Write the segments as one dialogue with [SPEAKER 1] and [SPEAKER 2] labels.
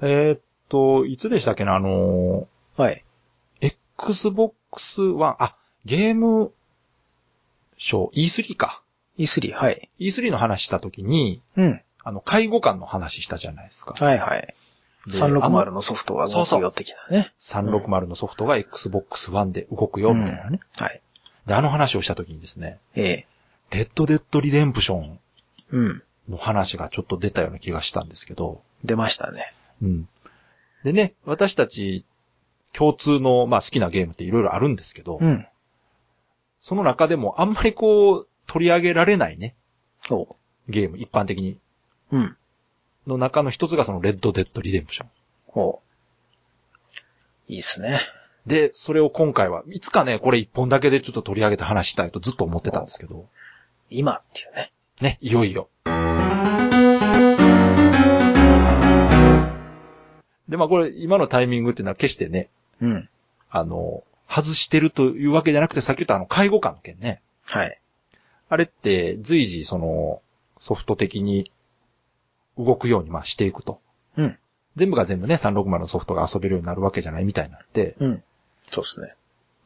[SPEAKER 1] えーっと、いつでしたっけな、あの
[SPEAKER 2] はい。
[SPEAKER 1] ー、Xbox One、あ、ゲームショー、E3 か。
[SPEAKER 2] E3、はい。
[SPEAKER 1] E3 の話した時に、
[SPEAKER 2] うん。
[SPEAKER 1] あの、介護官の話したじゃないですか。
[SPEAKER 2] はいはい。
[SPEAKER 1] で
[SPEAKER 2] 360。のソフトが動くよ的なね。
[SPEAKER 1] あの360のソフトが Xbox One で動くよ、みたいなね。
[SPEAKER 2] はい。
[SPEAKER 1] で、あの話をした時にですね、
[SPEAKER 2] ええ。
[SPEAKER 1] レッドデッドリデンプション
[SPEAKER 2] うん。
[SPEAKER 1] の話がちょっと出たような気がしたんですけど、
[SPEAKER 2] 出ましたね。
[SPEAKER 1] うん。でね、私たち共通の、まあ好きなゲームっていろいろあるんですけど、
[SPEAKER 2] うん。
[SPEAKER 1] その中でもあんまりこう取り上げられないね、
[SPEAKER 2] そ
[SPEAKER 1] ゲーム、一般的に。
[SPEAKER 2] う。うん。
[SPEAKER 1] の中の一つがそのレッドデッドリデンプション。
[SPEAKER 2] ほう。いいっすね。
[SPEAKER 1] で、それを今回はいつかね、これ一本だけでちょっと取り上げて話したいとずっと思ってたんですけど、
[SPEAKER 2] 今っていうね。
[SPEAKER 1] ね、いよいよ。で、まあこれ今のタイミングっていうのは決してね、
[SPEAKER 2] うん。
[SPEAKER 1] あの、外してるというわけじゃなくて、さっき言ったあの、介護官の件ね。
[SPEAKER 2] はい。
[SPEAKER 1] あれって随時そのソフト的に動くようにまあしていくと。
[SPEAKER 2] うん。
[SPEAKER 1] 全部が全部ね、360のソフトが遊べるようになるわけじゃないみたいになって、
[SPEAKER 2] うん。そうっすね。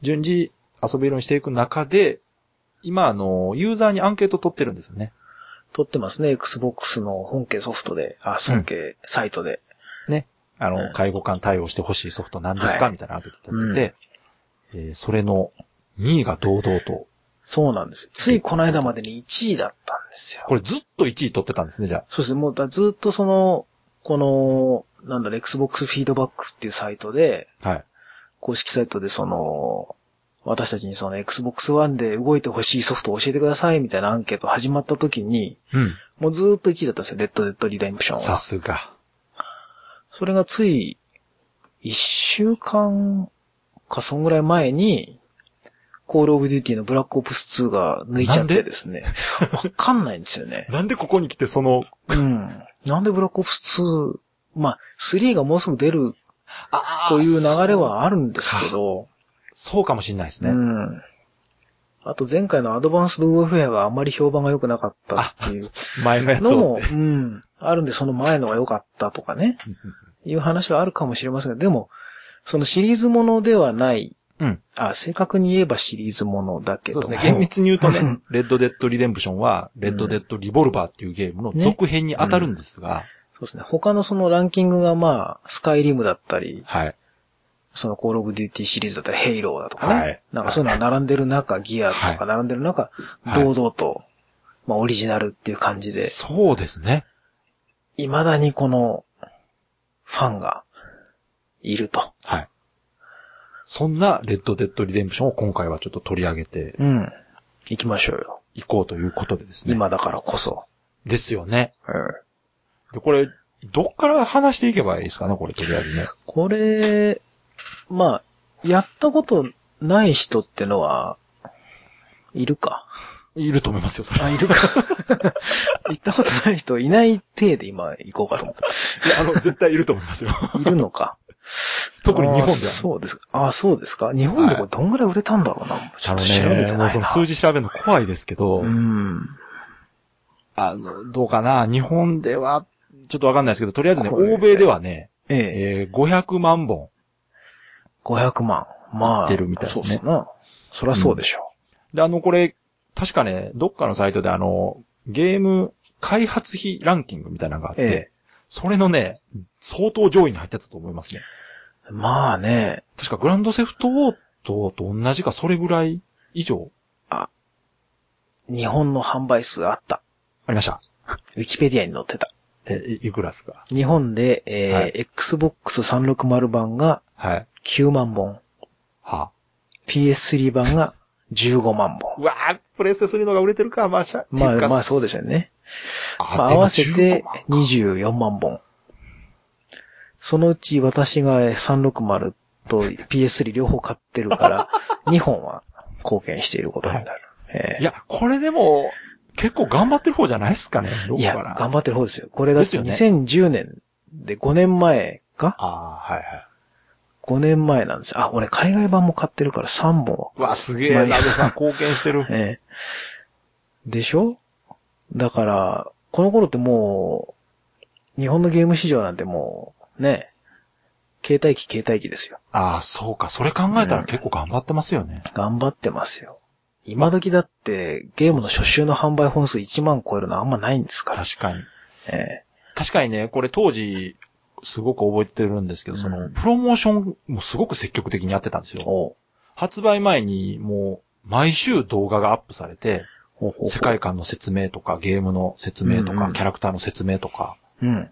[SPEAKER 1] 順次遊べるようにしていく中で、今あの、ユーザーにアンケート取ってるんですよね。
[SPEAKER 2] 撮ってますね。Xbox の本家ソフトで、あ、本家サイトで。
[SPEAKER 1] あの、
[SPEAKER 2] うん
[SPEAKER 1] 介護官対応してほしいソフトなんですか、
[SPEAKER 2] はい
[SPEAKER 1] みたいなアンケート取ってて、えーそれの2位が堂々と、
[SPEAKER 2] そうなんですよ。ついこの間までに1位だったんですよ。
[SPEAKER 1] これずっと1位取ってたんですね、じゃあ。
[SPEAKER 2] そうですね。もうだずっとその、この、なんだろう、Xbox フィードバックっていうサイトで、
[SPEAKER 1] はい。
[SPEAKER 2] 公式サイトでその、私たちにその Xbox One で動いてほしいソフトを教えてくださいみたいなアンケート始まった時に、
[SPEAKER 1] うん。
[SPEAKER 2] もうずーっと1位だったんですよ。レッドデッドリデンプション
[SPEAKER 1] さ
[SPEAKER 2] は。
[SPEAKER 1] すが。
[SPEAKER 2] それがつい、1週間かそんぐらい前に、コールオブデューティーのブラックオプス2が抜いちゃってですね。わかんないんですよね。
[SPEAKER 1] なんでここに来てその、
[SPEAKER 2] うん。なんでブラックオプス2、まあ、3がもうすぐ出る
[SPEAKER 1] あ
[SPEAKER 2] という流れはあるんですけど、
[SPEAKER 1] そうかもしれないですね。
[SPEAKER 2] うん。あと前回のアドバンスドウォーフェアがあまり評判が良くなかったっていう
[SPEAKER 1] 前のやつ
[SPEAKER 2] の
[SPEAKER 1] を
[SPEAKER 2] も、。うん、あるんでその前のが良かったとかね、いう話はあるかもしれませんが、でも、そのシリーズものではない、
[SPEAKER 1] うん。
[SPEAKER 2] あ、正確に言えばシリーズものだけ
[SPEAKER 1] そ
[SPEAKER 2] ど
[SPEAKER 1] う
[SPEAKER 2] も
[SPEAKER 1] ですね。厳密に言うとね、レッドデッドリデンプションは、レッドデッドリボルバーっていうゲームの続編に当たるんですが、
[SPEAKER 2] そうですね。他のそのランキングがまあ、スカイリムだったり、
[SPEAKER 1] はい。
[SPEAKER 2] そのコールオブデューティーシリーズだったり、ヘイローだとかね。
[SPEAKER 1] はい
[SPEAKER 2] なんかそういうのが並んでる中、ギアーズとか並んでる中、
[SPEAKER 1] はい
[SPEAKER 2] 堂々と、まあオリジナルっていう感じで、
[SPEAKER 1] そうですね。
[SPEAKER 2] 未だにこの、ファンが、いると。
[SPEAKER 1] はい。そんなレッドデッドリデンプションを今回はちょっと取り上げて
[SPEAKER 2] うん。行きましょうよ。
[SPEAKER 1] いこうということでですね。
[SPEAKER 2] 今だからこそ。
[SPEAKER 1] ですよね。
[SPEAKER 2] うん。
[SPEAKER 1] で、これ、どっから話していけばいいですかね、これ、とりあえずね。
[SPEAKER 2] これ、まあ、やったことない人ってのは、いるか。
[SPEAKER 1] いると思いますよ、それ。
[SPEAKER 2] あ、いるか。 行ったことない人いない体で今行こうかと思っ
[SPEAKER 1] い やあの、絶対いると思いますよ。
[SPEAKER 2] た。いるのか。
[SPEAKER 1] 特に日本
[SPEAKER 2] あ
[SPEAKER 1] で
[SPEAKER 2] ー
[SPEAKER 1] は。
[SPEAKER 2] そうですか。あー、そうですか。日本でこれどんぐらい売れたんだろうな。ちょ
[SPEAKER 1] あ
[SPEAKER 2] っ
[SPEAKER 1] の
[SPEAKER 2] と調べて
[SPEAKER 1] ね、もう
[SPEAKER 2] ない
[SPEAKER 1] そ
[SPEAKER 2] な。
[SPEAKER 1] の数字調べるの怖いですけど、
[SPEAKER 2] うん。
[SPEAKER 1] あの、どうかな日本では、ちょっとわかんないですけど、とりあえずね、
[SPEAKER 2] これ
[SPEAKER 1] 欧米ではね、
[SPEAKER 2] ええ
[SPEAKER 1] えー、500万本。
[SPEAKER 2] 500万。まあ。
[SPEAKER 1] 売ってるみたいですね
[SPEAKER 2] そうそうな。そりゃそうでしょ
[SPEAKER 1] で、あの、これ、確かね、どっかのサイトであの、ゲーム開発費ランキングみたいなのがあっ
[SPEAKER 2] う。
[SPEAKER 1] て、
[SPEAKER 2] え
[SPEAKER 1] それのね、相当上位に入ってたと思いますね。
[SPEAKER 2] え。まあね。
[SPEAKER 1] 確かグランドセフトオートと同じか、それぐらい以上
[SPEAKER 2] 日本の販売数あった。
[SPEAKER 1] ありました。
[SPEAKER 2] ウィキペディアに載ってた。
[SPEAKER 1] え、いいくらですか
[SPEAKER 2] 日本で、えー
[SPEAKER 1] はい
[SPEAKER 2] Xbox 360版が
[SPEAKER 1] はい。
[SPEAKER 2] 9万本、
[SPEAKER 1] は
[SPEAKER 2] PS3 版が15万本。
[SPEAKER 1] うわぁ、プレステ3のが売れてるか、まあ、しゃ、
[SPEAKER 2] まあ
[SPEAKER 1] っていか
[SPEAKER 2] まあそうでしょうね。
[SPEAKER 1] あ
[SPEAKER 2] まあ
[SPEAKER 1] で
[SPEAKER 2] 合
[SPEAKER 1] も
[SPEAKER 2] わせ
[SPEAKER 1] 15万
[SPEAKER 2] て
[SPEAKER 1] か
[SPEAKER 2] 24万本。そのうち私がえー360と PS3 両方買ってる から、2本は貢献していることになる。えー
[SPEAKER 1] いや、これでも、結構頑張ってる方じゃないですかね。どう
[SPEAKER 2] いや、
[SPEAKER 1] かな。
[SPEAKER 2] 頑張ってる方ですよ。これだっ
[SPEAKER 1] です
[SPEAKER 2] て
[SPEAKER 1] よね
[SPEAKER 2] 2010年で5年前か
[SPEAKER 1] ああ、はいはい。
[SPEAKER 2] ?5 年前なんですよ。あ、俺海外版も買ってるから3本は。
[SPEAKER 1] うわ、すげえ、鍋さん貢献してる。
[SPEAKER 2] ええ。でしょだから、この頃ってもう、日本のゲーム市場なんてもう、ね。携帯機、携帯機ですよ。
[SPEAKER 1] ああ、そうか。それ考えたら結構頑張ってますよね。
[SPEAKER 2] 頑張ってますよ。今時だって、ゲームの初週の販売本数1万超えるのあんまないんですから。
[SPEAKER 1] 確かに。
[SPEAKER 2] え
[SPEAKER 1] 確かにね、これ当時、すごく覚えてるんですけど、その、
[SPEAKER 2] うん
[SPEAKER 1] プロモーションもすごく積極的にやってたんです
[SPEAKER 2] え
[SPEAKER 1] よ。
[SPEAKER 2] おう
[SPEAKER 1] 発売前にもう、毎週動画がアップされて、
[SPEAKER 2] ほうほうほう
[SPEAKER 1] 世界観の説明とか、ゲームの説明と
[SPEAKER 2] うんう
[SPEAKER 1] か、
[SPEAKER 2] ん
[SPEAKER 1] キャラクターの説明とか、
[SPEAKER 2] うん。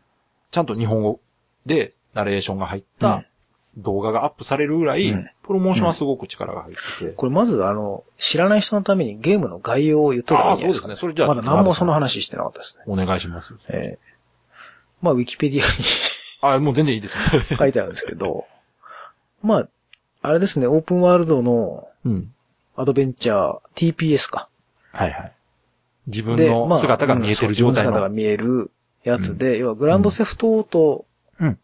[SPEAKER 1] ちゃんと日本語でナレーションが入った動画がアップされるぐらい
[SPEAKER 2] うん、
[SPEAKER 1] プロモーションはすごく力が入ってて。
[SPEAKER 2] これまず、あの、知らない人のためにゲームの概要を言っといた方
[SPEAKER 1] あ
[SPEAKER 2] がい
[SPEAKER 1] あ、
[SPEAKER 2] いんじ
[SPEAKER 1] そ
[SPEAKER 2] ゃ
[SPEAKER 1] う
[SPEAKER 2] ない
[SPEAKER 1] で
[SPEAKER 2] で
[SPEAKER 1] す
[SPEAKER 2] す
[SPEAKER 1] ね。そ
[SPEAKER 2] か。
[SPEAKER 1] れじゃあ、
[SPEAKER 2] まだ何もその話してなかったですね。
[SPEAKER 1] お願いします。
[SPEAKER 2] ええまあ、ウィキペディア
[SPEAKER 1] あ、もう全然いいですよ。
[SPEAKER 2] に書いてあるんですけど、 まあ、あれですね、オープンワールドの
[SPEAKER 1] うん。
[SPEAKER 2] アドベンチャー、TPS か。
[SPEAKER 1] はいはい。自分
[SPEAKER 2] で、
[SPEAKER 1] の姿が見えてる状態
[SPEAKER 2] ま
[SPEAKER 1] の。
[SPEAKER 2] あそう自分の姿が見えるやつで、要はグランドセフトオート
[SPEAKER 1] うん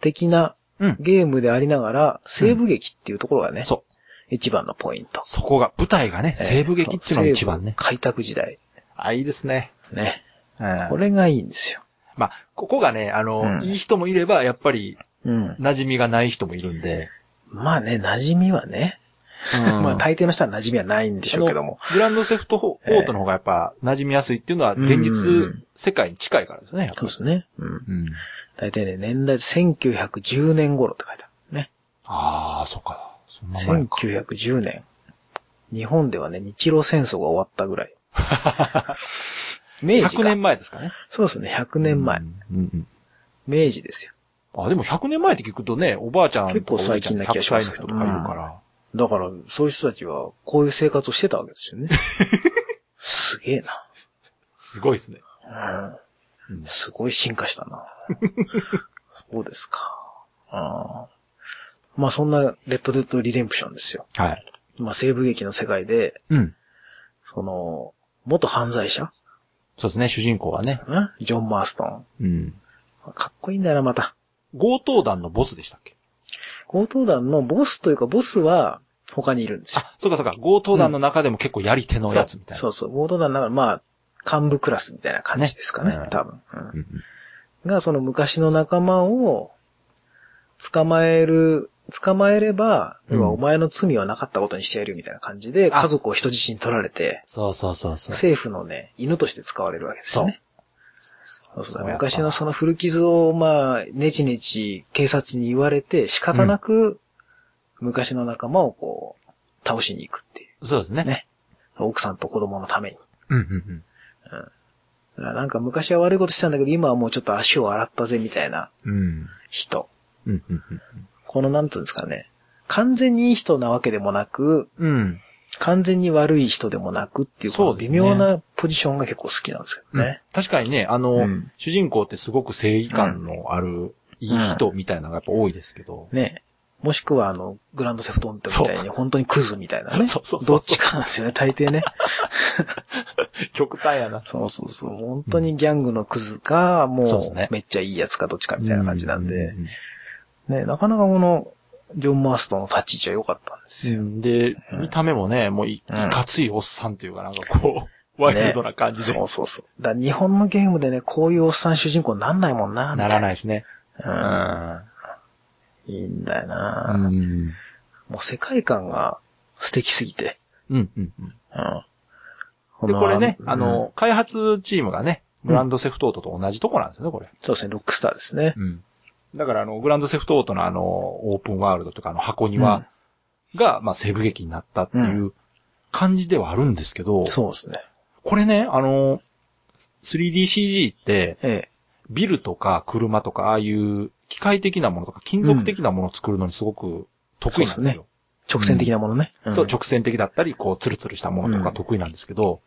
[SPEAKER 2] 的な
[SPEAKER 1] うん
[SPEAKER 2] ゲームでありながら、西部劇っていうところがね、
[SPEAKER 1] そう。
[SPEAKER 2] 一番のポイント。
[SPEAKER 1] そこが、舞台がね、西部劇っていうのが一番
[SPEAKER 2] 西部
[SPEAKER 1] ね。
[SPEAKER 2] 開拓時代。
[SPEAKER 1] あ、いいですね。
[SPEAKER 2] ね。
[SPEAKER 1] うん
[SPEAKER 2] これがいいんですよ。
[SPEAKER 1] まあ、ここがね、あの、
[SPEAKER 2] うん
[SPEAKER 1] いい人もいれば、やっぱり、
[SPEAKER 2] うん。
[SPEAKER 1] 馴染みがない人もいるんで。
[SPEAKER 2] まあね、馴染みはね。 まあ大抵の人は馴染みはないんでしょうけども。
[SPEAKER 1] あのグランドセフトオートの方がやっぱ馴染みやすいっていうのは現
[SPEAKER 2] うんう
[SPEAKER 1] 実
[SPEAKER 2] ん
[SPEAKER 1] 世界に近いからですね、やっぱ
[SPEAKER 2] そう
[SPEAKER 1] り
[SPEAKER 2] ですね。うん。
[SPEAKER 1] うん。
[SPEAKER 2] 大体ね、年代、1910年頃って書いてある。ね。
[SPEAKER 1] ああ、そうか。そんな前か。
[SPEAKER 2] 1910年。日本ではね、日露戦争が終わったぐらい。明治か。
[SPEAKER 1] 100年前ですかね。
[SPEAKER 2] そうですね、100年前
[SPEAKER 1] う。んうん
[SPEAKER 2] 明治です
[SPEAKER 1] う
[SPEAKER 2] よ。
[SPEAKER 1] んあ、でも100年前って聞くとね、おばあちゃんとかお
[SPEAKER 2] 結構
[SPEAKER 1] じい
[SPEAKER 2] 最
[SPEAKER 1] ちゃん
[SPEAKER 2] 近
[SPEAKER 1] と
[SPEAKER 2] な
[SPEAKER 1] か
[SPEAKER 2] 気
[SPEAKER 1] 100
[SPEAKER 2] がしま
[SPEAKER 1] 歳
[SPEAKER 2] す
[SPEAKER 1] の
[SPEAKER 2] け
[SPEAKER 1] 人
[SPEAKER 2] ど
[SPEAKER 1] とかいるから。
[SPEAKER 2] だから、そういう人たちは、こういう生活をしてたわけですよ ね。すげえ
[SPEAKER 1] すごいですね。
[SPEAKER 2] な。うん
[SPEAKER 1] うん
[SPEAKER 2] すごい進化したな。そうですか。あーまあそんな、レッドデッドリデンプションですよ。
[SPEAKER 1] はい。
[SPEAKER 2] まあ西部劇の世界で、
[SPEAKER 1] うん。
[SPEAKER 2] その、元犯罪者、
[SPEAKER 1] そうですね、主人公はね。
[SPEAKER 2] うんジョン・マーストン。
[SPEAKER 1] うん。
[SPEAKER 2] かっこいいんだよな、また。
[SPEAKER 1] 強盗団のボスでしたっけ
[SPEAKER 2] 強盗団のボスというか、ボスは他にいるんですよ。
[SPEAKER 1] あ、そうかそうか。強盗団の中でも結構やり手のやつみたいな。
[SPEAKER 2] そうそうそう。強盗団の中の、まあ、幹部クラスみたいな感じですかね、
[SPEAKER 1] ね
[SPEAKER 2] 多分、うん
[SPEAKER 1] うんうん
[SPEAKER 2] が、その昔の仲間を捕まえる、捕まえれば、
[SPEAKER 1] うん
[SPEAKER 2] 要はお前の罪はなかったことにしてやるよみたいな感じで、
[SPEAKER 1] あ
[SPEAKER 2] 家族を人質に取られて、
[SPEAKER 1] そうそうそうそう。
[SPEAKER 2] 政府のね、犬として使われるわけですよね。そうそう
[SPEAKER 1] やっぱ
[SPEAKER 2] 昔のその古傷を、まあ、ねちねち警察に言われて、仕方なく、昔の仲間をこう、倒しに行くっていう。
[SPEAKER 1] そうですね。
[SPEAKER 2] ね奥さんと子供のために。
[SPEAKER 1] うんうんうん。
[SPEAKER 2] だからなんか昔は悪いことしたんだけど、今はもうちょっと足を洗ったぜみたいな
[SPEAKER 1] うん。
[SPEAKER 2] 人。
[SPEAKER 1] うんうんうん。
[SPEAKER 2] このなんつうんですかね。完全にいい人なわけでもなく、
[SPEAKER 1] うん。
[SPEAKER 2] 完全に悪い人でもなくっていう、こ
[SPEAKER 1] そ
[SPEAKER 2] の
[SPEAKER 1] うです
[SPEAKER 2] 微
[SPEAKER 1] ね
[SPEAKER 2] 妙なポジションが結構好きなんですよね。
[SPEAKER 1] 確かにね、あの、
[SPEAKER 2] うん
[SPEAKER 1] 主人公ってすごく正義感のある、いい人みたいなのがやっぱ多いですけど。
[SPEAKER 2] ね。もしくは、あの、グランドセフトオンテみたいに、
[SPEAKER 1] そ
[SPEAKER 2] 本当にクズみたいなね。
[SPEAKER 1] そうそうそうそう
[SPEAKER 2] どっちかなんですよね、大 抵ね。
[SPEAKER 1] 極端やな。
[SPEAKER 2] そうそうそう。本当にギャングのクズか、も
[SPEAKER 1] そうです
[SPEAKER 2] う
[SPEAKER 1] ね、
[SPEAKER 2] めっちゃいいやつかどっちかみたいな感じなんで
[SPEAKER 1] う。ん
[SPEAKER 2] ね、なかなかこの、ジョン・マーストの立ち位置は良かったんですよ。
[SPEAKER 1] で、
[SPEAKER 2] うん
[SPEAKER 1] 見た目もね、もうい、
[SPEAKER 2] うん
[SPEAKER 1] いかついおっさんっていうかなんかこう、ワイルドな感じで。
[SPEAKER 2] そうそうそう。だから日本のゲームでね、こういうおっさん主人公になんないもんな。みた
[SPEAKER 1] ないらないですね。
[SPEAKER 2] うん。いいんだよな、
[SPEAKER 1] うん。
[SPEAKER 2] もう世界観が素敵すぎて。
[SPEAKER 1] うん、うん、
[SPEAKER 2] うん。
[SPEAKER 1] うん。で、これね、
[SPEAKER 2] うん
[SPEAKER 1] あの、開発チームがね、グランドセフトオートと同じとこなんですよね、これ。
[SPEAKER 2] そうですね、ロックスターですね。
[SPEAKER 1] うん。だから、あの、グランドセフトオートのあの、オープンワールドとかあの箱庭が、まあ、西部劇になったっていう感じではあるんですけど、
[SPEAKER 2] そうですね。
[SPEAKER 1] これね、あの、3DCG って、
[SPEAKER 2] ええ。
[SPEAKER 1] ビルとか車とか、ああいう機械的なものとか、金属的なものを作るのにすごく得意なん
[SPEAKER 2] そう
[SPEAKER 1] で
[SPEAKER 2] ですす
[SPEAKER 1] よ。
[SPEAKER 2] 直線的なものね。
[SPEAKER 1] そう,、
[SPEAKER 2] ん
[SPEAKER 1] 直線的だったり、こう、ツルツルしたものとか得意なんですけど、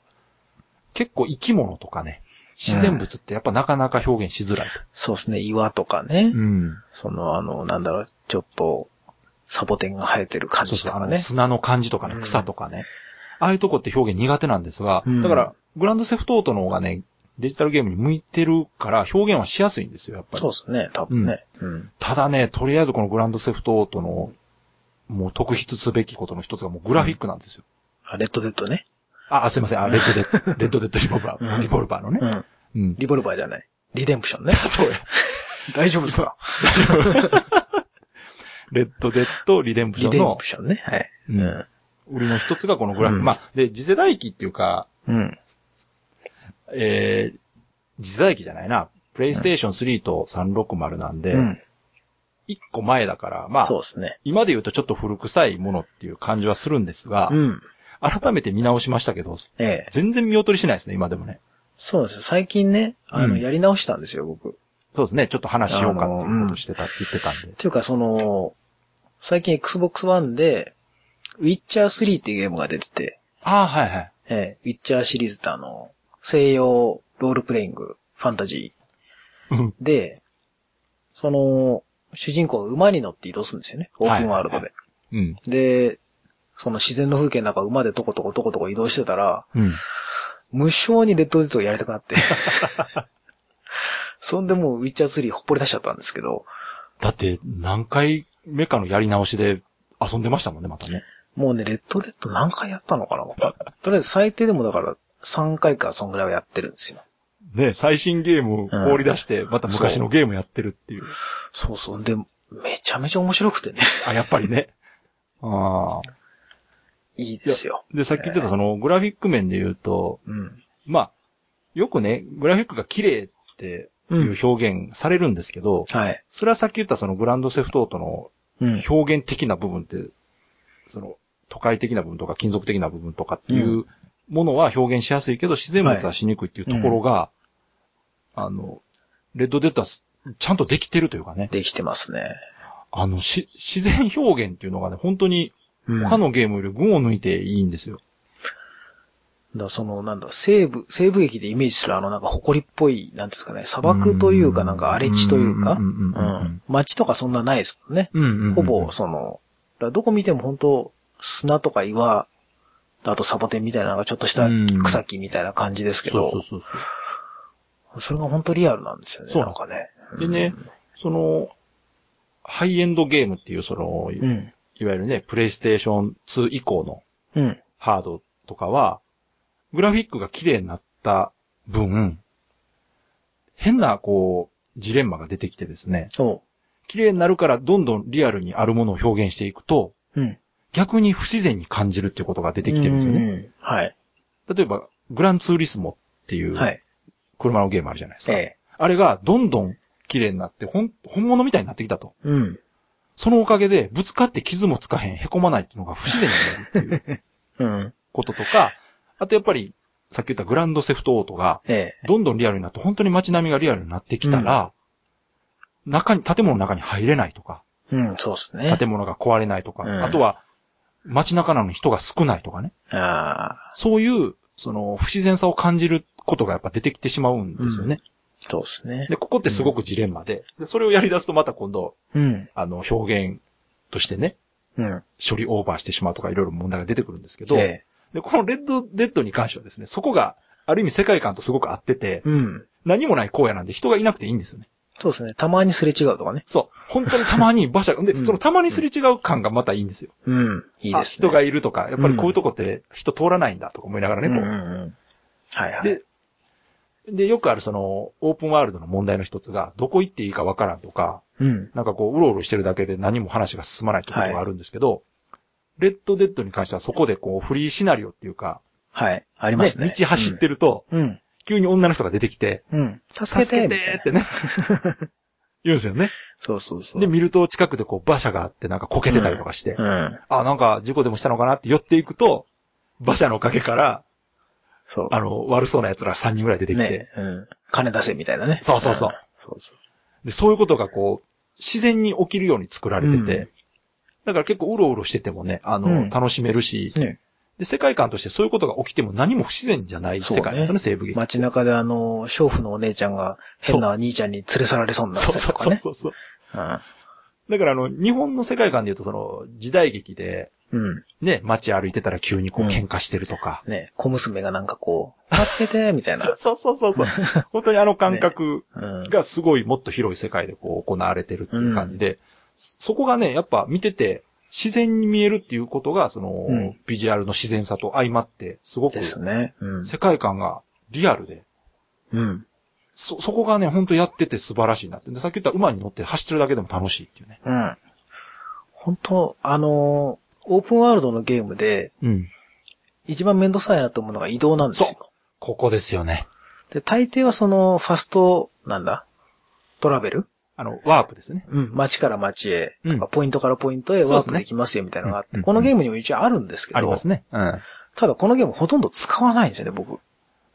[SPEAKER 1] 結構生き物とかね、自然物ってやっぱなかなか表現しづらい
[SPEAKER 2] そうですね、岩とかね。
[SPEAKER 1] と。うん。
[SPEAKER 2] その、あの、なんだろう、ちょっと、サボテンが生えてる感
[SPEAKER 1] そう
[SPEAKER 2] じ
[SPEAKER 1] そ
[SPEAKER 2] と
[SPEAKER 1] う、あ
[SPEAKER 2] か
[SPEAKER 1] の、
[SPEAKER 2] ね。
[SPEAKER 1] 砂の感じとかね
[SPEAKER 2] う、ん
[SPEAKER 1] 草とかね。ああいうとこって表現苦手なんですが、
[SPEAKER 2] うん
[SPEAKER 1] だから、グランドセフトオートの方がね、デジタルゲームに向いてるから表現はしやすいんですよ、やっぱり
[SPEAKER 2] そう。ですね、多分ね。うん。
[SPEAKER 1] ただね、とりあえずこのグランドセフトオートの、もう特筆すべきことの一つがもうグラフィックなんですよ。
[SPEAKER 2] あレッドデッドね。
[SPEAKER 1] あ、あすいません、あ、レッドデ ッド、レッドデッドリボルバ
[SPEAKER 2] う
[SPEAKER 1] ー、
[SPEAKER 2] ん
[SPEAKER 1] リボルバーのね
[SPEAKER 2] う。ん。
[SPEAKER 1] うん。
[SPEAKER 2] リボルバーじゃない。リデンプションね。
[SPEAKER 1] そうや。
[SPEAKER 2] 大丈夫ですか
[SPEAKER 1] レッドデッドリデンプシ
[SPEAKER 2] リ
[SPEAKER 1] ョン
[SPEAKER 2] デン
[SPEAKER 1] の
[SPEAKER 2] プションね。はい。
[SPEAKER 1] うん売りの一つがこのグラフィック。
[SPEAKER 2] うん
[SPEAKER 1] まあ、で、次世代機っていうか、
[SPEAKER 2] うん。
[SPEAKER 1] えー、次世代機じゃないな。プレイステーション3と360なんで、
[SPEAKER 2] うん。
[SPEAKER 1] 一個前だから、まあ、
[SPEAKER 2] そうですね。
[SPEAKER 1] 今で言うとちょっと古臭いものっていう感じはするんですが、
[SPEAKER 2] うん。
[SPEAKER 1] 改めて見直しましたけど、
[SPEAKER 2] ええ。
[SPEAKER 1] 全然見劣りしないですね、今でもね。
[SPEAKER 2] そうなんですよ。最近ね、あの、
[SPEAKER 1] うん
[SPEAKER 2] やり直したんですよ、僕。っ
[SPEAKER 1] そうですね、ちょっと話しようかっていうことしてた、言ってたんで。
[SPEAKER 2] ていうか、その、最近 Xbox One で、ウィッチャー3っていうゲームが出てて、
[SPEAKER 1] ああ、はいはい。
[SPEAKER 2] ええウィッチャーシリーズってあの、西洋ロールプレイング、ファンタジ
[SPEAKER 1] うん
[SPEAKER 2] ーで、その、主人公が馬に乗って移動するんですよね。オープンワールドで。
[SPEAKER 1] うん。
[SPEAKER 2] で、その自然の風景の中馬でトコトコトコトコ移動してたら、
[SPEAKER 1] うん。
[SPEAKER 2] 無性にレッドデッドをやりたく なって。そんでもうウィッチャー3ほっぽり出しちゃったんですけど、
[SPEAKER 1] だって、何回目かのやり直しで遊んでましたもんね、またね。
[SPEAKER 2] もうね、レッドデッド何回やったのかな僕はとりあえず最低でもだから3回かそんぐらいはやってるんですよ。
[SPEAKER 1] ね、最新ゲームを放り出して、また昔のゲームやってるっていう。
[SPEAKER 2] そうそう。で、めちゃめちゃ面白くてね。
[SPEAKER 1] あ、やっぱりね。ああ。
[SPEAKER 2] いいですよ。
[SPEAKER 1] で、さっき言ってたその、グラフィック面で言うと、
[SPEAKER 2] うん。
[SPEAKER 1] まあ、よくね、グラフィックが綺麗っていう表現されるんですけど、
[SPEAKER 2] はい。
[SPEAKER 1] それはさっき言ったそのグランドセフトオートの
[SPEAKER 2] うん。
[SPEAKER 1] 表現的な部分って、その、都会的な部分とか金属的な部分とかっていううものは表現しやすいけど、自然物はしにくいっていうところが、あの、レッドデッドはちゃんとできてるというかね、
[SPEAKER 2] できてますね。
[SPEAKER 1] あの、し、自然表現っていうのがね、本当に
[SPEAKER 2] うん
[SPEAKER 1] 他のゲームより群を抜いていいんですよ。
[SPEAKER 2] だからその、なんだ、西部、西部劇でイメージするあの、なんか、埃っぽい、なんていうんですかね、砂漠というか、なんか、荒れ地というか、
[SPEAKER 1] うんうんう
[SPEAKER 2] う
[SPEAKER 1] んうん
[SPEAKER 2] ん。街とかそんなないですもんね。
[SPEAKER 1] うんうんうん
[SPEAKER 2] ほぼ、その、だからどこ見ても本当砂とか岩、あとサボテンみたいな、なんかちょっとした
[SPEAKER 1] うん
[SPEAKER 2] 草木みたいな感じですけ
[SPEAKER 1] そ
[SPEAKER 2] ど、
[SPEAKER 1] うそうそうそう。
[SPEAKER 2] それが本当リアルなんですよね。
[SPEAKER 1] そう
[SPEAKER 2] なんかね。
[SPEAKER 1] でね、その、ハイエンドゲームっていう、その、
[SPEAKER 2] う
[SPEAKER 1] い
[SPEAKER 2] ん。
[SPEAKER 1] わゆるね、プレイステーション2以降の
[SPEAKER 2] うん。
[SPEAKER 1] ハードとかは、グラフィックが綺麗になった分、変な、こう、ジレンマが出てきてですね、
[SPEAKER 2] そ
[SPEAKER 1] 綺麗になるからどんどんリアルにあるものを表現していくと、
[SPEAKER 2] う。うん。
[SPEAKER 1] 逆に不自然に感じるっていうことが出てきてるんですよ
[SPEAKER 2] う
[SPEAKER 1] ね。
[SPEAKER 2] ん。はい。
[SPEAKER 1] 例えば、グランツーリスモってい
[SPEAKER 2] は
[SPEAKER 1] う
[SPEAKER 2] い。
[SPEAKER 1] 車のゲームあるじゃないです
[SPEAKER 2] え
[SPEAKER 1] か。
[SPEAKER 2] え。
[SPEAKER 1] あれがどんどん綺麗になって、ほん、本物みたいになってきたと。
[SPEAKER 2] うん。
[SPEAKER 1] そのおかげで、ぶつかって傷もつかへん、凹まないっていうのが不自然になるっていう
[SPEAKER 2] うん。
[SPEAKER 1] ことと か、あとやっぱり、さっき言ったグランドセフトオートが、
[SPEAKER 2] ええ。
[SPEAKER 1] どんどんリアルになって、本当に街並みがリアルになってきたら、中に、建物の中に入れないとか、
[SPEAKER 2] うん、そうですね。
[SPEAKER 1] 建物が壊れないとか、
[SPEAKER 2] うん
[SPEAKER 1] あとは、街中なのに人が少ないとかね。
[SPEAKER 2] ああ、
[SPEAKER 1] そういう、その、不自然さを感じることがやっぱ出てきてしまうんですよね。
[SPEAKER 2] そうですね。
[SPEAKER 1] で、ここってすごくジレンマで、でそれをやり出すとまた今度、
[SPEAKER 2] うん。
[SPEAKER 1] あの、表現としてね、
[SPEAKER 2] うん。
[SPEAKER 1] 処理オーバーしてしまうとかいろいろ問題が出てくるんですけど、
[SPEAKER 2] ええ
[SPEAKER 1] で、このレッドデッドに関してはですね、そこが、ある意味世界観とすごく合ってて、
[SPEAKER 2] うん。
[SPEAKER 1] 何もない荒野なんで人がいなくていいんですよね。
[SPEAKER 2] そうですね。たまにすれ違うとかね。
[SPEAKER 1] そう。本当にたまに馬 車が、
[SPEAKER 2] う
[SPEAKER 1] で、
[SPEAKER 2] ん
[SPEAKER 1] そのたまにすれ違う感がまたいいんですよ。
[SPEAKER 2] うん。いい
[SPEAKER 1] あ
[SPEAKER 2] ですね。
[SPEAKER 1] 人がいるとか、やっぱりこういううんとこって人通らないんだとか思いながらね、
[SPEAKER 2] うんう
[SPEAKER 1] こ
[SPEAKER 2] んうん。はいは
[SPEAKER 1] う。
[SPEAKER 2] い。
[SPEAKER 1] で、で、よくあるその、オープンワールドの問題の一つが、どこ行っていいかわからんとか、
[SPEAKER 2] うん。
[SPEAKER 1] なんかこう、うろうろしてるだけで何も話が進まないってことがあるんですけど、レッドデッドに関してはそこでこう、フリーシナリオっていうか、
[SPEAKER 2] はい。ありますね。
[SPEAKER 1] 道走ってると、
[SPEAKER 2] うん。うん。
[SPEAKER 1] 急に女の人が出てきて、
[SPEAKER 2] うん。助
[SPEAKER 1] 助
[SPEAKER 2] けて
[SPEAKER 1] け
[SPEAKER 2] みたい
[SPEAKER 1] て
[SPEAKER 2] な
[SPEAKER 1] ってね。言うんですよね。
[SPEAKER 2] そうそうそう。
[SPEAKER 1] で、見ると近くでこう馬車があってなんかこけてたりとかして、
[SPEAKER 2] うん。
[SPEAKER 1] あ、なんか事故でもしたのかなって寄っていくと、馬車の陰から、
[SPEAKER 2] そう。
[SPEAKER 1] あの、悪そうな奴ら3人ぐらい出てきて、
[SPEAKER 2] ね。うん。金出せみたいなね。。
[SPEAKER 1] そうそうそうん
[SPEAKER 2] そうそう。
[SPEAKER 1] で、そういうことがこう、自然に起きるように作られてて、
[SPEAKER 2] うん
[SPEAKER 1] だから結構うろうろしててもね、あの、
[SPEAKER 2] うん
[SPEAKER 1] 楽しめるし、
[SPEAKER 2] ね
[SPEAKER 1] で、世界観としてそういうことが起きても何も不自然じゃない世界なんですよね、西部劇。
[SPEAKER 2] 街中であの、娼婦のお姉ちゃんが変な兄ちゃんに連れ去られそうになっ
[SPEAKER 1] そう
[SPEAKER 2] たり
[SPEAKER 1] そ
[SPEAKER 2] と
[SPEAKER 1] う
[SPEAKER 2] か
[SPEAKER 1] そう
[SPEAKER 2] ね。
[SPEAKER 1] そうそう。
[SPEAKER 2] うん
[SPEAKER 1] だからあの、日本の世界観で言うとその、時代劇で、
[SPEAKER 2] うん。
[SPEAKER 1] ね、街歩いてたら急にこう
[SPEAKER 2] うん
[SPEAKER 1] 喧嘩してるとか。。
[SPEAKER 2] ね。小娘がなんかこう、助けてみたいな
[SPEAKER 1] そうそうそうそう。 本当にあの感覚
[SPEAKER 2] うん。
[SPEAKER 1] がすごいもっと広い世界でこう行われてるっていう感じで、そそこがね、やっぱ見てて自然に見えるっていうことが、その、
[SPEAKER 2] うん
[SPEAKER 1] ビジュアルの自然さと相まって、すごく
[SPEAKER 2] ですね。うん。
[SPEAKER 1] 世界観がリアルで、
[SPEAKER 2] うん。
[SPEAKER 1] そ、そこがね、ほんとやってて素晴らしいなって。で、さっき言った馬に乗って走ってるだけでも楽しいっていうね。
[SPEAKER 2] うん。本当あのー、オープンワールドのゲームで、
[SPEAKER 1] うん。
[SPEAKER 2] 一番めんどくさいなと思うのが移動なんですよ。
[SPEAKER 1] ここですよね。
[SPEAKER 2] で、大抵はその、ファスト、なんだトラベル
[SPEAKER 1] あの、ワープですね。
[SPEAKER 2] うん。街から街へ、と
[SPEAKER 1] うん
[SPEAKER 2] か、ポイントからポイントへ
[SPEAKER 1] そうで
[SPEAKER 2] ワ
[SPEAKER 1] す
[SPEAKER 2] ー
[SPEAKER 1] ね
[SPEAKER 2] プできますよみたいなのがあっ
[SPEAKER 1] うんうん
[SPEAKER 2] て、このゲームにも一応あるんですけど、
[SPEAKER 1] ありますね。うん。
[SPEAKER 2] ただこのゲームほとんど使わないんですよね、僕。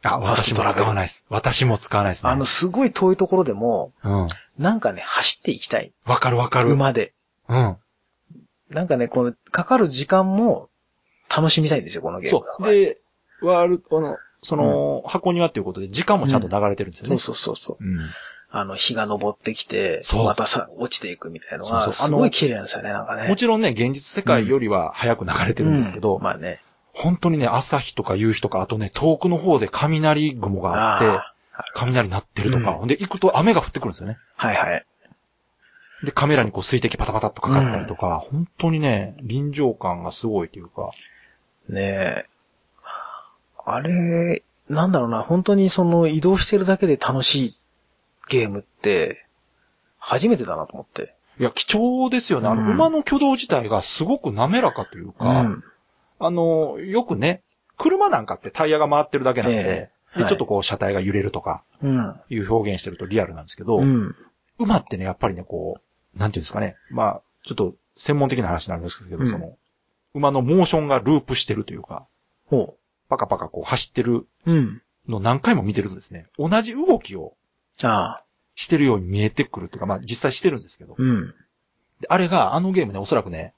[SPEAKER 1] あ、私も使わないです。私も使わないですね。
[SPEAKER 2] あの、すごい遠いところでも、
[SPEAKER 1] うん。
[SPEAKER 2] なんかね、走っていきたい。
[SPEAKER 1] わかるわかる。
[SPEAKER 2] 馬で。
[SPEAKER 1] うん。
[SPEAKER 2] なんかね、この、かかる時間も楽しみたいんですよ、このゲーム
[SPEAKER 1] そ
[SPEAKER 2] だから。
[SPEAKER 1] う。で、ワールド、あの、その、箱庭っていうことで時間もちゃんと流れてるんですよ
[SPEAKER 2] そ
[SPEAKER 1] ね。
[SPEAKER 2] うそうそうそう。
[SPEAKER 1] う。うん。
[SPEAKER 2] あの、日が昇ってきて、
[SPEAKER 1] そう
[SPEAKER 2] またさ、落ちていくみたいなの
[SPEAKER 1] そう
[SPEAKER 2] が、
[SPEAKER 1] そうあ
[SPEAKER 2] す
[SPEAKER 1] の
[SPEAKER 2] ごい綺麗なんですよね、なんかね。
[SPEAKER 1] もちろんね、現実世界よりは早く流れてるんですけど、
[SPEAKER 2] うんまあね。
[SPEAKER 1] 本当にね、朝日とか夕日とか、あとね、遠くの方で雷雲があって、
[SPEAKER 2] あ
[SPEAKER 1] 雷鳴ってるとか、
[SPEAKER 2] うん
[SPEAKER 1] ほんで行くと雨が降ってくるんですよね。
[SPEAKER 2] あはいはい。
[SPEAKER 1] で、カメラにこう水滴パタパタっとかかったりとか、本当にね、臨場感がすごいというか、
[SPEAKER 2] ねえ。あれ、なんだろうな、本当にその移動してるだけで楽しいゲームって、初めてだなと思って。
[SPEAKER 1] いや、貴重ですよね。あの、
[SPEAKER 2] うん
[SPEAKER 1] 馬の挙動自体がすごく滑らかというか、
[SPEAKER 2] うん
[SPEAKER 1] あの、よくね、車なんかってタイヤが回ってるだけなんで、
[SPEAKER 2] ええ
[SPEAKER 1] で
[SPEAKER 2] はい
[SPEAKER 1] ちょっとこう車体が揺れるとか
[SPEAKER 2] うん。
[SPEAKER 1] いう表現してるとリアルなんですけど、
[SPEAKER 2] うん。
[SPEAKER 1] 馬ってね、やっぱりね、こう、なんていうんですかね。まあ、ちょっと専門的な話になるんですけど、
[SPEAKER 2] うん
[SPEAKER 1] その、馬のモーションがループしてるというか、
[SPEAKER 2] ほ
[SPEAKER 1] パカパカこう走ってる
[SPEAKER 2] う。うん。
[SPEAKER 1] の何回も見てるとですね、同じ動きを
[SPEAKER 2] ああ、
[SPEAKER 1] してるように見えてくるっていうか、まあ実際してるんですけど、
[SPEAKER 2] うん。
[SPEAKER 1] であれがあのゲームね、おそらくね、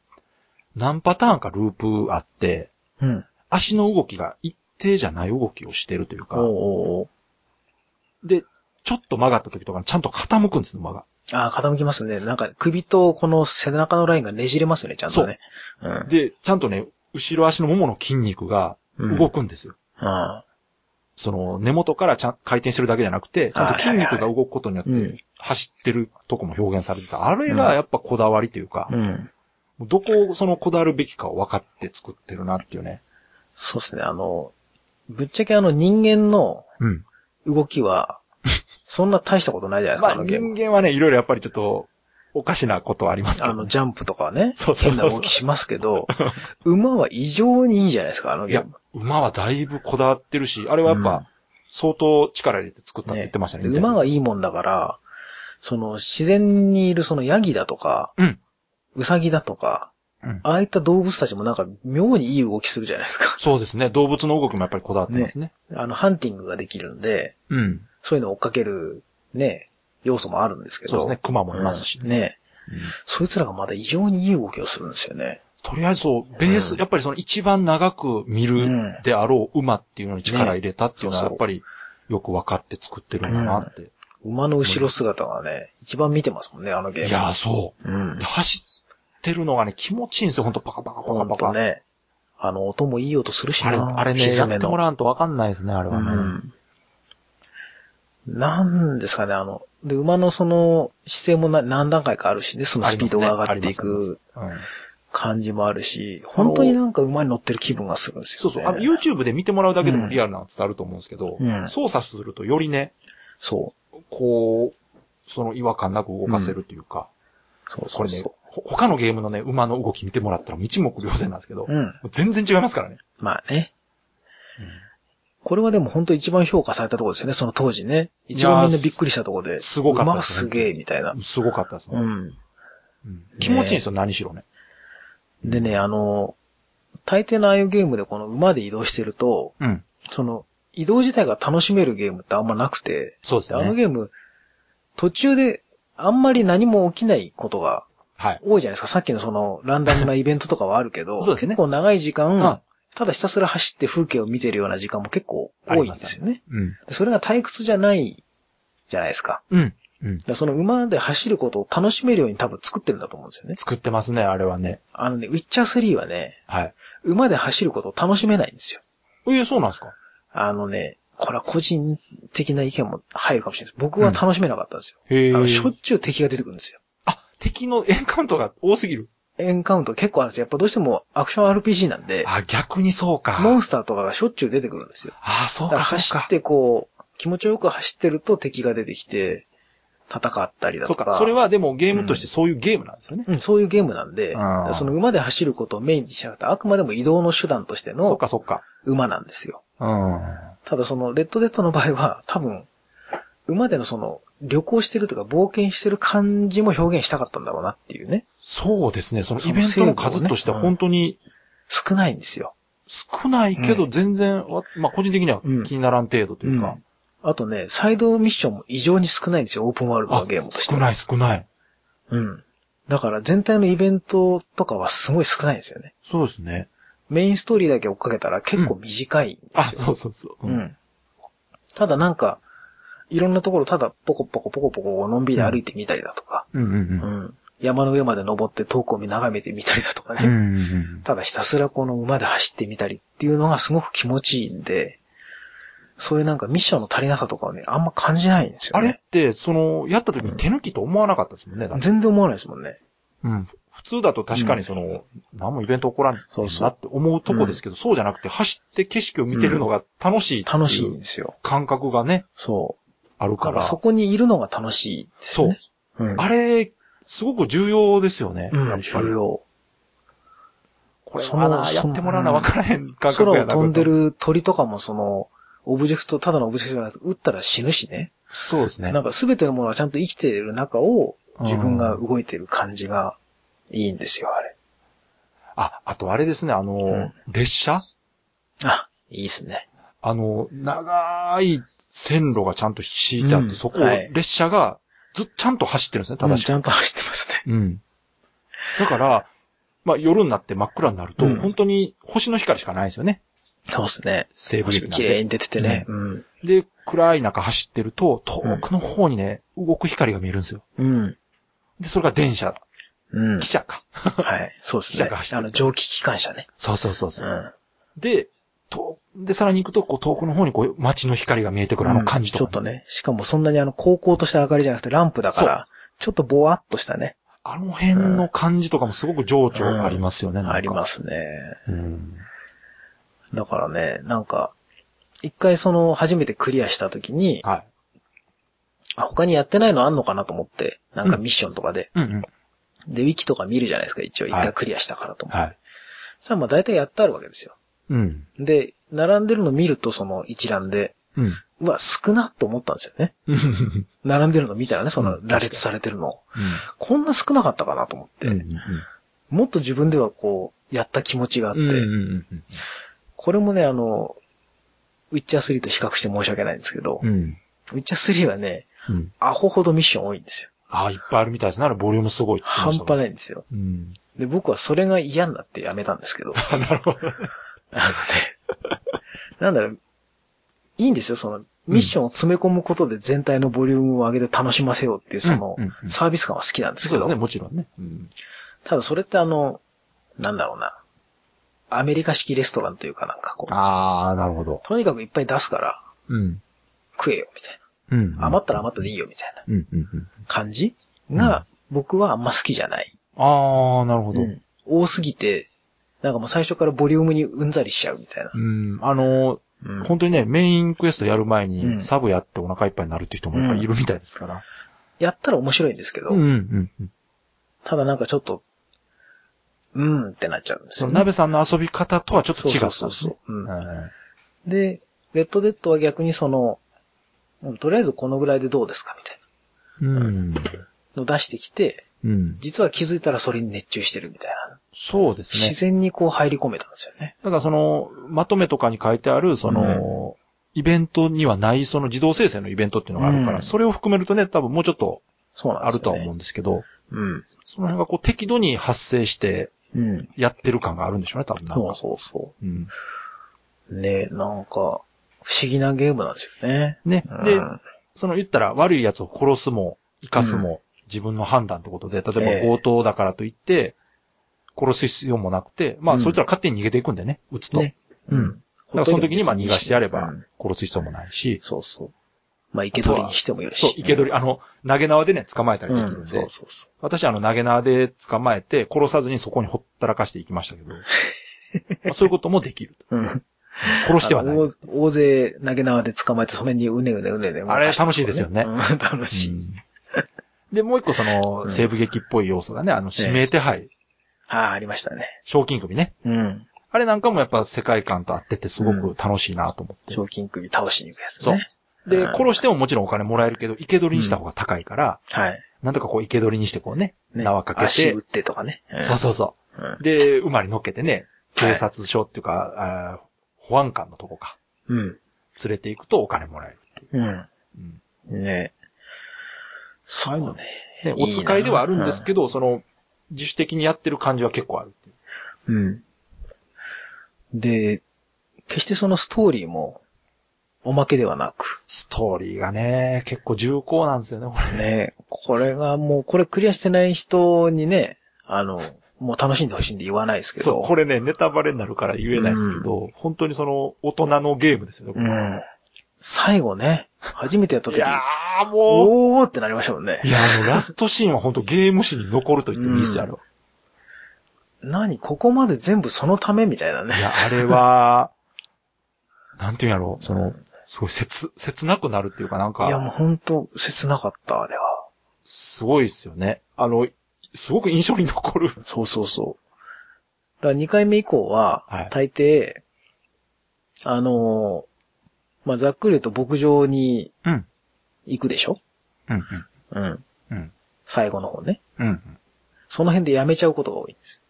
[SPEAKER 1] 何パターンかループあって、
[SPEAKER 2] うん。
[SPEAKER 1] 足の動きが一定じゃない動きをしてるというか、
[SPEAKER 2] おうおうおう
[SPEAKER 1] で、ちょっと曲がった時とかにちゃんと傾くんですよ、馬が。
[SPEAKER 2] ああ、傾きますね。なんか首とこの背中のラインがねじれますよね、ちゃんとね。う
[SPEAKER 1] で、ちゃんとね、後ろ足のももの筋肉が
[SPEAKER 2] ん。
[SPEAKER 1] 動
[SPEAKER 2] く。
[SPEAKER 1] くんですよ。
[SPEAKER 2] うん。
[SPEAKER 1] その根元からちゃん回転してるだけじゃなくて、ちゃんと筋肉が動くことによっ
[SPEAKER 2] はいは
[SPEAKER 1] て
[SPEAKER 2] い
[SPEAKER 1] 走ってるとこも表現されてた。あれがやっぱこだわりというか
[SPEAKER 2] う、ん。
[SPEAKER 1] どこをそのこだわるべきかを分かって作ってるなっていうね。
[SPEAKER 2] そうですね、あの、ぶっちゃけあの人間の
[SPEAKER 1] うん。
[SPEAKER 2] 動 きは、そんな大したことないじゃないです
[SPEAKER 1] ま
[SPEAKER 2] か、
[SPEAKER 1] あ
[SPEAKER 2] あのゲー
[SPEAKER 1] 人
[SPEAKER 2] ム。
[SPEAKER 1] 間はね、いろいろやっぱりちょっとおかしなことはありますけ
[SPEAKER 2] あ
[SPEAKER 1] ど
[SPEAKER 2] の、
[SPEAKER 1] ね。
[SPEAKER 2] ジャンプとかはね、
[SPEAKER 1] そうそうそう
[SPEAKER 2] 変な動きしますけど、馬は異常にいいじゃないですか、あの
[SPEAKER 1] い
[SPEAKER 2] ゲ
[SPEAKER 1] や
[SPEAKER 2] ーム。、
[SPEAKER 1] 馬はだいぶこだわってるし、あれはやっぱ相当力入れて作ったって言ってましたね。
[SPEAKER 2] で
[SPEAKER 1] インタビュー
[SPEAKER 2] 馬がいいもんだから、その、自然にいるそのヤギだとか、
[SPEAKER 1] うん
[SPEAKER 2] ウサギだとか、
[SPEAKER 1] うん
[SPEAKER 2] ああいった動物たちもなんか妙にいい動きするじゃないですか。
[SPEAKER 1] そうですね。動物の動きもやっぱりこだわってますね。
[SPEAKER 2] あの、ハンティングができるんで、
[SPEAKER 1] うん。
[SPEAKER 2] そういうのを追っかける、ね、要素もあるんですけど。
[SPEAKER 1] そうですね。熊もいますし
[SPEAKER 2] うん
[SPEAKER 1] ね。
[SPEAKER 2] ね。
[SPEAKER 1] うん
[SPEAKER 2] そいつらがまだ異常にいい動きをするんですよね。
[SPEAKER 1] とりあえずそう、ベース、
[SPEAKER 2] うん
[SPEAKER 1] やっぱりその一番長く見るであろう馬っていうのに力入れたっていうのは
[SPEAKER 2] ね
[SPEAKER 1] やっぱりよく分かって作ってるんだなって。
[SPEAKER 2] 馬の後ろ姿がね、一番見てますもんね、あのゲーム。
[SPEAKER 1] いやー、そうう。
[SPEAKER 2] ん
[SPEAKER 1] で。走ってるのがね、気持ちいいんですよ。ほんとパカパカパ
[SPEAKER 2] ほ
[SPEAKER 1] カパ
[SPEAKER 2] ん
[SPEAKER 1] カ。
[SPEAKER 2] とね。あの、音もいい音するし
[SPEAKER 1] あれ、
[SPEAKER 2] な
[SPEAKER 1] あれね、や
[SPEAKER 2] 蹄
[SPEAKER 1] って
[SPEAKER 2] の
[SPEAKER 1] もらわんと分かんないですね、あれはね。
[SPEAKER 2] うん。なんですかね、あの、で、馬のその姿勢もな何段階かあるし、で、そのスピードが上がっていく
[SPEAKER 1] ありますね。ありますうん
[SPEAKER 2] 感じもあるし、本当になんか馬に乗ってる気分がするんですよ、ね。
[SPEAKER 1] そうそう。あの、YouTube で見てもらうだけでもリアルなの伝わると思うんですけど
[SPEAKER 2] う、ん
[SPEAKER 1] 操作するとよりね、
[SPEAKER 2] そう。
[SPEAKER 1] こう、その違和感なく動かせるというか、
[SPEAKER 2] そうそ
[SPEAKER 1] こ
[SPEAKER 2] う
[SPEAKER 1] れね、
[SPEAKER 2] そ
[SPEAKER 1] ほ他のゲームのね、馬の動き見てもらったら一目瞭然なんですけど
[SPEAKER 2] う。、うん。
[SPEAKER 1] 全然違いますからね。
[SPEAKER 2] まあね。これはでも本当一番評価されたところですよね、その当時ね。一番みんなびっくりしたところで。
[SPEAKER 1] すごかった
[SPEAKER 2] 馬
[SPEAKER 1] ですね
[SPEAKER 2] すげえ、みたいな。
[SPEAKER 1] すごかったですね。
[SPEAKER 2] うん。
[SPEAKER 1] うん気持ちいいんですよ、何しろね。
[SPEAKER 2] でね、あの、大抵のああいうゲームでこの馬で移動してると、
[SPEAKER 1] うん。
[SPEAKER 2] その、移動自体が楽しめるゲームってあんまなくて、
[SPEAKER 1] そうです
[SPEAKER 2] あの
[SPEAKER 1] ね。
[SPEAKER 2] ゲーム、途中であんまり何も起きないことが
[SPEAKER 1] はい。
[SPEAKER 2] 多いじゃないですか。さっきのその、ランダムなイベントとかはあるけ ど、
[SPEAKER 1] そうですね
[SPEAKER 2] 結構長い時間、
[SPEAKER 1] うん
[SPEAKER 2] ただひたすら走って風景を見てるような時間も結構多いんですよね。
[SPEAKER 1] うん。
[SPEAKER 2] でそれが退屈じゃないじゃないですか。
[SPEAKER 1] うん。うん
[SPEAKER 2] だ。からその馬で走ることを楽しめるように多分作ってるんだと思うんですよね。
[SPEAKER 1] 作ってますね、あれはね。
[SPEAKER 2] あのね、ウィッチャー3はね、
[SPEAKER 1] はい。
[SPEAKER 2] 馬で走ることを楽しめないんですよ。
[SPEAKER 1] ええ、そうなんですか
[SPEAKER 2] あのね、これは個人的な意見も入るかもしれないです。僕は楽しめなかったんですよ。
[SPEAKER 1] へえ
[SPEAKER 2] あの、しょっちゅう敵が出てくるんですよ。
[SPEAKER 1] あ、敵のエンカウントが多すぎる。
[SPEAKER 2] エンカウント結構あるんですよ。やっぱどうしてもアクション RPG なんで、
[SPEAKER 1] あ、逆にそう
[SPEAKER 2] モ
[SPEAKER 1] か。
[SPEAKER 2] ンスターとかがしょっちゅう出てくるんですよ。
[SPEAKER 1] あ、そう
[SPEAKER 2] だから
[SPEAKER 1] か、そう
[SPEAKER 2] 走っ
[SPEAKER 1] か。
[SPEAKER 2] てこう、気持ちよく走ってると敵が出てきて、戦ったりだ
[SPEAKER 1] そ
[SPEAKER 2] と
[SPEAKER 1] う
[SPEAKER 2] か。
[SPEAKER 1] か、それはでもゲームとしてそういうゲームなんですよね。
[SPEAKER 2] うん、そういうゲームなんで
[SPEAKER 1] あー、
[SPEAKER 2] その馬で走ることをメインにしなくて、あくまでも移動の手段として
[SPEAKER 1] そっ
[SPEAKER 2] の
[SPEAKER 1] かそっか。
[SPEAKER 2] 馬なんですよ。
[SPEAKER 1] うん。
[SPEAKER 2] ただその、レッドデッドの場合は、 多分、馬でのその、旅行してるとか冒険してる感じも表現したかったんだろうなっていうね。
[SPEAKER 1] そうですね。そのイベントの数としては本当に
[SPEAKER 2] 少ないんですよ。
[SPEAKER 1] 少ないけど全然わ、まあ個人的には気にならん程度というか。
[SPEAKER 2] あとね、サイドミッションも異常に少ないんですよ、オープンワールド
[SPEAKER 1] あ
[SPEAKER 2] のゲームとして。
[SPEAKER 1] 少ない少ない。
[SPEAKER 2] うん。だから全体のイベントとかはすごい少ないんですよね。
[SPEAKER 1] そうですね。
[SPEAKER 2] メインストーリーだけ追っかけたら結構短いんで
[SPEAKER 1] あ、
[SPEAKER 2] すよ。
[SPEAKER 1] そうそうそう。
[SPEAKER 2] う。ん。ただなんか、いろんなところただポコポコポコポコのんびり歩いてみたりだとか、
[SPEAKER 1] うんうん
[SPEAKER 2] うん。山の上まで登って遠くを見眺めてみたりだとかね。
[SPEAKER 1] うん。うんうん
[SPEAKER 2] ただひたすらこの馬で走ってみたりっていうのがすごく気持ちいいんで、そういうなんかミッションの足りなさとかはね、あんま感じないんですよ
[SPEAKER 1] あれ
[SPEAKER 2] ね。
[SPEAKER 1] って、その、やった時に手抜きと思わなかったですもんね。だって
[SPEAKER 2] 全然思わないですもんね。
[SPEAKER 1] うん。普通だと確かにその、何もイベント起こらん
[SPEAKER 2] そうそ
[SPEAKER 1] な
[SPEAKER 2] う
[SPEAKER 1] って思うとこですけど、そうじゃなくて走って景色を見てるのが楽しいって
[SPEAKER 2] 楽し
[SPEAKER 1] い
[SPEAKER 2] いん
[SPEAKER 1] う
[SPEAKER 2] ですよ。
[SPEAKER 1] 感覚がね、
[SPEAKER 2] そう。
[SPEAKER 1] ある
[SPEAKER 2] だか
[SPEAKER 1] から
[SPEAKER 2] ら。そこにいるのが楽しいですよね。そう。ん、
[SPEAKER 1] あれ、すごく重要ですよね。や
[SPEAKER 2] う
[SPEAKER 1] っ
[SPEAKER 2] ん、
[SPEAKER 1] ぱり
[SPEAKER 2] 重。要。
[SPEAKER 1] これ
[SPEAKER 2] その
[SPEAKER 1] はな、やってもらうな、
[SPEAKER 2] その
[SPEAKER 1] わからへん感覚
[SPEAKER 2] 空
[SPEAKER 1] や
[SPEAKER 2] を
[SPEAKER 1] な。
[SPEAKER 2] 飛んで
[SPEAKER 1] こ
[SPEAKER 2] る鳥とかもその、オブジェクト、ただのオブジェクトじゃなくて、撃ったら死ぬしね。
[SPEAKER 1] れ。そうですね
[SPEAKER 2] なんか全てのものはちゃんと生きている中を、自分が動いてる感じがいいんですよ、あれ。
[SPEAKER 1] あ、あとあれですね、あの、
[SPEAKER 2] ん
[SPEAKER 1] 列車
[SPEAKER 2] あ、いいですね。
[SPEAKER 1] あの、長い線路がちゃんと敷いてあって、
[SPEAKER 2] うん
[SPEAKER 1] そこを
[SPEAKER 2] はい
[SPEAKER 1] 列車がずっちゃんと走ってるんですね、
[SPEAKER 2] うん
[SPEAKER 1] 正しく
[SPEAKER 2] ち。ゃんと走ってますね。
[SPEAKER 1] うん。だから、まあ夜になって真っ暗になると、
[SPEAKER 2] うん
[SPEAKER 1] 本当に星の光しかないんですよね。
[SPEAKER 2] そうですね。
[SPEAKER 1] 西部劇なん
[SPEAKER 2] 綺麗
[SPEAKER 1] で。
[SPEAKER 2] に出ててね。うん。
[SPEAKER 1] で、暗い中走ってると、遠くの方にね、動く光が見えるんですよ。
[SPEAKER 2] うん。
[SPEAKER 1] で、それが電車、
[SPEAKER 2] うん
[SPEAKER 1] 汽。車か。
[SPEAKER 2] はい。そうです
[SPEAKER 1] 汽車
[SPEAKER 2] ね
[SPEAKER 1] が走って。る
[SPEAKER 2] あの、蒸気機関車ね。
[SPEAKER 1] そうそうそうそうう。
[SPEAKER 2] ん。
[SPEAKER 1] で、と、で、さらに行くと、こう、遠くの方にこう、街の光が見えてくるあの感じと
[SPEAKER 2] ち
[SPEAKER 1] か、
[SPEAKER 2] ょっとね。しかもそんなにあの、高校とした明かりじゃなくてランプだから、ちょっとぼわっとしたね。
[SPEAKER 1] あの辺の感じとかもすごく情緒ありますよね、なんか
[SPEAKER 2] ありますね。
[SPEAKER 1] うん。
[SPEAKER 2] だからね、なんか、一回その、初めてクリアした時に、
[SPEAKER 1] はい。
[SPEAKER 2] あ他にやってないのあんのかなと思って、なんかミッションとかで。
[SPEAKER 1] うんうん。
[SPEAKER 2] で、ウィキとか見るじゃないですか、一応。一
[SPEAKER 1] はい
[SPEAKER 2] 回クリアしたからと思って。
[SPEAKER 1] はい。
[SPEAKER 2] さあ、まあ大体やってあるわけですよ。
[SPEAKER 1] うん。
[SPEAKER 2] で、並んでるの見ると、その一覧で、
[SPEAKER 1] うん。
[SPEAKER 2] うわ、少なと思ったんですよね。
[SPEAKER 1] うん。
[SPEAKER 2] 並んでるの見たらね、そうの
[SPEAKER 1] ん
[SPEAKER 2] 羅列されてるの。こんな少なかったかなと思って、
[SPEAKER 1] うんうん
[SPEAKER 2] もっと自分ではこう、やった気持ちがあって、
[SPEAKER 1] うん。うんうんうん
[SPEAKER 2] これもね、あの、ウィッチャー3と比較して申し訳ないんですけど、
[SPEAKER 1] うん。うん。
[SPEAKER 2] ウィッチャー3はね、
[SPEAKER 1] うん。
[SPEAKER 2] アホほどミッション多いんですよ。
[SPEAKER 1] ああ、いっぱいあるみたいですね。あれボリュームすごいって言って
[SPEAKER 2] 半
[SPEAKER 1] ましたもん
[SPEAKER 2] 端ないんですよ。
[SPEAKER 1] うん。
[SPEAKER 2] で、僕はそれが嫌になってやめたんで すけど、
[SPEAKER 1] あ、なるほど。
[SPEAKER 2] あのね、なんだろう、いいんですよ、その、ミッションを詰め込むことで全体のボリュームを上げて楽しませようっていう、 その
[SPEAKER 1] うんうんうん、
[SPEAKER 2] サービス感は好きなんです
[SPEAKER 1] そ
[SPEAKER 2] け
[SPEAKER 1] うです
[SPEAKER 2] ど、
[SPEAKER 1] ね、もちろんね。うん。
[SPEAKER 2] ただそれってあの、なんだろうな。アメリカ式レストランというかなんかこう、
[SPEAKER 1] ああ、なるほど。
[SPEAKER 2] とにかくいっぱい出すから
[SPEAKER 1] うん。
[SPEAKER 2] 食えよみたい
[SPEAKER 1] うん。
[SPEAKER 2] な。余ったら余ったでいいよみたいな
[SPEAKER 1] うんうんうん。
[SPEAKER 2] 感じが、僕はあんま好きじゃない。
[SPEAKER 1] ああ、なるほど。
[SPEAKER 2] うん多すぎて、なんかもう最初からボリュームにうんざりしちゃうみたいな。
[SPEAKER 1] うん。あのー、
[SPEAKER 2] うん
[SPEAKER 1] 本当にね、メインクエストやる前
[SPEAKER 2] う
[SPEAKER 1] に、
[SPEAKER 2] ん
[SPEAKER 1] サブやってお腹いっぱいになるって人もやっぱりいるみたいですから。
[SPEAKER 2] やったら面白いんですけど、
[SPEAKER 1] うんうんうん。
[SPEAKER 2] ただなんかちょっと、うーんってなっちゃうんです
[SPEAKER 1] そ
[SPEAKER 2] よ、
[SPEAKER 1] の、
[SPEAKER 2] ね。
[SPEAKER 1] 鍋さんの遊び方とはちょっと
[SPEAKER 2] そう
[SPEAKER 1] 違った
[SPEAKER 2] そ
[SPEAKER 1] ん
[SPEAKER 2] う
[SPEAKER 1] です
[SPEAKER 2] そう
[SPEAKER 1] ね
[SPEAKER 2] そう。うん
[SPEAKER 1] はい
[SPEAKER 2] で、レッドデッドは逆にその、うんとりあえずこのぐらいでどうですかみたいな。
[SPEAKER 1] うん。
[SPEAKER 2] の出してきて、
[SPEAKER 1] うん。
[SPEAKER 2] 実は気づいたらそれに熱中してるみたいな。
[SPEAKER 1] そうですね
[SPEAKER 2] 自。然にこう入り込めたんですよね。
[SPEAKER 1] ただその、まとめとかに書いてある、その、イベントにはない、その自動生成のイベントっていうのがあるから、
[SPEAKER 2] うん
[SPEAKER 1] それを含めるとね、多分もうちょっと
[SPEAKER 2] そうなん
[SPEAKER 1] あ
[SPEAKER 2] です
[SPEAKER 1] ると
[SPEAKER 2] よ、
[SPEAKER 1] は
[SPEAKER 2] ね。
[SPEAKER 1] 思うんですけど、
[SPEAKER 2] う。うん。
[SPEAKER 1] その辺がこう適度に発生して
[SPEAKER 2] うん。
[SPEAKER 1] やってる感があるんでしょうね、多分なん
[SPEAKER 2] そう
[SPEAKER 1] か。
[SPEAKER 2] そうそ
[SPEAKER 1] うん、
[SPEAKER 2] う。ね、なんか、不思議なゲームなんですよね。
[SPEAKER 1] ね
[SPEAKER 2] う。ん
[SPEAKER 1] で、その言ったら悪い奴を殺すも、生かすも、自分の判断ってことで、例え
[SPEAKER 2] え
[SPEAKER 1] ば
[SPEAKER 2] え
[SPEAKER 1] 強盗だからといって、殺す必要もなくて、まあ、
[SPEAKER 2] うん
[SPEAKER 1] そいつら勝手に逃げていくんでね、撃つと。
[SPEAKER 2] ねう
[SPEAKER 1] うん
[SPEAKER 2] ん。
[SPEAKER 1] だからその時にまあ逃がしてやれ
[SPEAKER 2] う
[SPEAKER 1] ば
[SPEAKER 2] ん、
[SPEAKER 1] 殺す必要もないし、
[SPEAKER 2] そうそう。まあ、生け捕りにしてもよし。
[SPEAKER 1] そう、生け捕り、あの、投げ縄でね、捕まえたり
[SPEAKER 2] うん
[SPEAKER 1] できる
[SPEAKER 2] うんん。
[SPEAKER 1] で、
[SPEAKER 2] そうそうそ
[SPEAKER 1] 私あの、投げ縄で捕まえ て、殺さずにそこにほったらかしていきましたけど、まあそういうこともできる。
[SPEAKER 2] う。うん。
[SPEAKER 1] 殺してはない。
[SPEAKER 2] あの大大勢投げ縄で捕まえて、それにうねうねうねうね。
[SPEAKER 1] あれ楽しいですよね
[SPEAKER 2] うん楽しい。
[SPEAKER 1] うんで、もう一個その、
[SPEAKER 2] うん
[SPEAKER 1] 西部劇っぽい要素がね、あの、指名手配、
[SPEAKER 2] ああ、ありましたね。
[SPEAKER 1] 賞金首ね。
[SPEAKER 2] うん。
[SPEAKER 1] あれなんかもやっぱ世界観と合っててすごく楽しいなと思って。
[SPEAKER 2] 賞金首倒しに行くやつね。
[SPEAKER 1] そう。で
[SPEAKER 2] う、ん
[SPEAKER 1] 殺してももちろんお金もらえるけど、生け捕りにした方が高いから、
[SPEAKER 2] はい。
[SPEAKER 1] なんとかこう生け捕りにしてこうね、
[SPEAKER 2] ね
[SPEAKER 1] 縄かけて
[SPEAKER 2] 足打ってとかね。ん
[SPEAKER 1] そうそうそ
[SPEAKER 2] うん
[SPEAKER 1] う。で、馬に乗っけてね、
[SPEAKER 2] はい
[SPEAKER 1] 警察署っていうか、あー保安官のとこか、
[SPEAKER 2] うん。
[SPEAKER 1] 連れて行くとお金もらえる。
[SPEAKER 2] う
[SPEAKER 1] うん
[SPEAKER 2] ん。ねそうね。
[SPEAKER 1] ねお使いではあるんですけど、その、自主的にやってる感じは結構あるっていう。
[SPEAKER 2] うん。で、決してそのストーリーも、おまけではなく、
[SPEAKER 1] ストーリーがね、結構重厚なんですよね、これ。
[SPEAKER 2] ね、これがもう、これクリアしてない人にね、あの、もう楽しんでほしいんで言わないですけど。
[SPEAKER 1] そう、これね、ネタバレになるから言えないですけど、本当にその、大人のゲームですよね、こ
[SPEAKER 2] う
[SPEAKER 1] れ
[SPEAKER 2] ん。最後ね、初めてやった
[SPEAKER 1] い
[SPEAKER 2] 時、
[SPEAKER 1] やーもう、
[SPEAKER 2] おーってなりましたもんね
[SPEAKER 1] い。や、あの、ラストシーンは本当ゲーム史に残ると言ってもいいですよ、あれは。
[SPEAKER 2] 何ここまで全部そのためみたいないね。
[SPEAKER 1] や、あれは、なんていうんやろう、その、すごい切、切なくなるっていうかなん
[SPEAKER 2] いや、もう
[SPEAKER 1] か、
[SPEAKER 2] ほんと、切なかった、あれは。
[SPEAKER 1] すごいですよね。あの、すごく印象に残る。
[SPEAKER 2] そうそうそう。だから2回目以降は
[SPEAKER 1] はい、
[SPEAKER 2] 大抵、あのーまあ、ざっくり言うと牧場に
[SPEAKER 1] うん。
[SPEAKER 2] 行くでしょ
[SPEAKER 1] うん、
[SPEAKER 2] うん。
[SPEAKER 1] うん。
[SPEAKER 2] 最後の方ね。
[SPEAKER 1] うん。うん。
[SPEAKER 2] その辺でやめちゃうことが多いんです。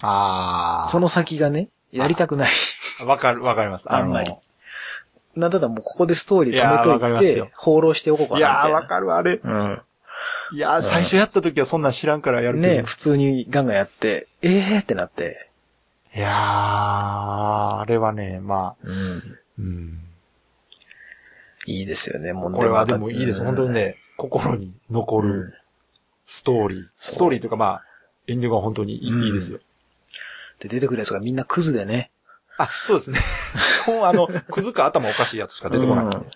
[SPEAKER 1] あー。
[SPEAKER 2] その先がね、やりたくない。
[SPEAKER 1] わかる、わかります。の
[SPEAKER 2] あんまりなんだったらもうここでストーリー
[SPEAKER 1] いやーわ
[SPEAKER 2] 止
[SPEAKER 1] かり
[SPEAKER 2] め
[SPEAKER 1] ま
[SPEAKER 2] と
[SPEAKER 1] す
[SPEAKER 2] いて
[SPEAKER 1] よ、
[SPEAKER 2] 放浪しておこうか
[SPEAKER 1] い
[SPEAKER 2] なみ
[SPEAKER 1] や
[SPEAKER 2] た
[SPEAKER 1] ー、
[SPEAKER 2] いな。
[SPEAKER 1] わかる、あれ。
[SPEAKER 2] うん。
[SPEAKER 1] いやー、最初やった時はそんなん知らんからやるけど。
[SPEAKER 2] ね普通にガンガンやって、えーってなって。
[SPEAKER 1] いやー、あれはね、まあ、
[SPEAKER 2] うん。
[SPEAKER 1] うん。
[SPEAKER 2] いいですよね、もう
[SPEAKER 1] これはでもいいです。本当に。ね、心に残
[SPEAKER 2] また
[SPEAKER 1] る
[SPEAKER 2] うん
[SPEAKER 1] ストーリー。ストーリーというかまあ、エンディングは本当にいい,、
[SPEAKER 2] うん
[SPEAKER 1] ですよ。
[SPEAKER 2] で、出てくるやつがみんなクズでね。
[SPEAKER 1] あ、そう ですね。もうあの、くずか頭おかしいやつしか出てこない。
[SPEAKER 2] うん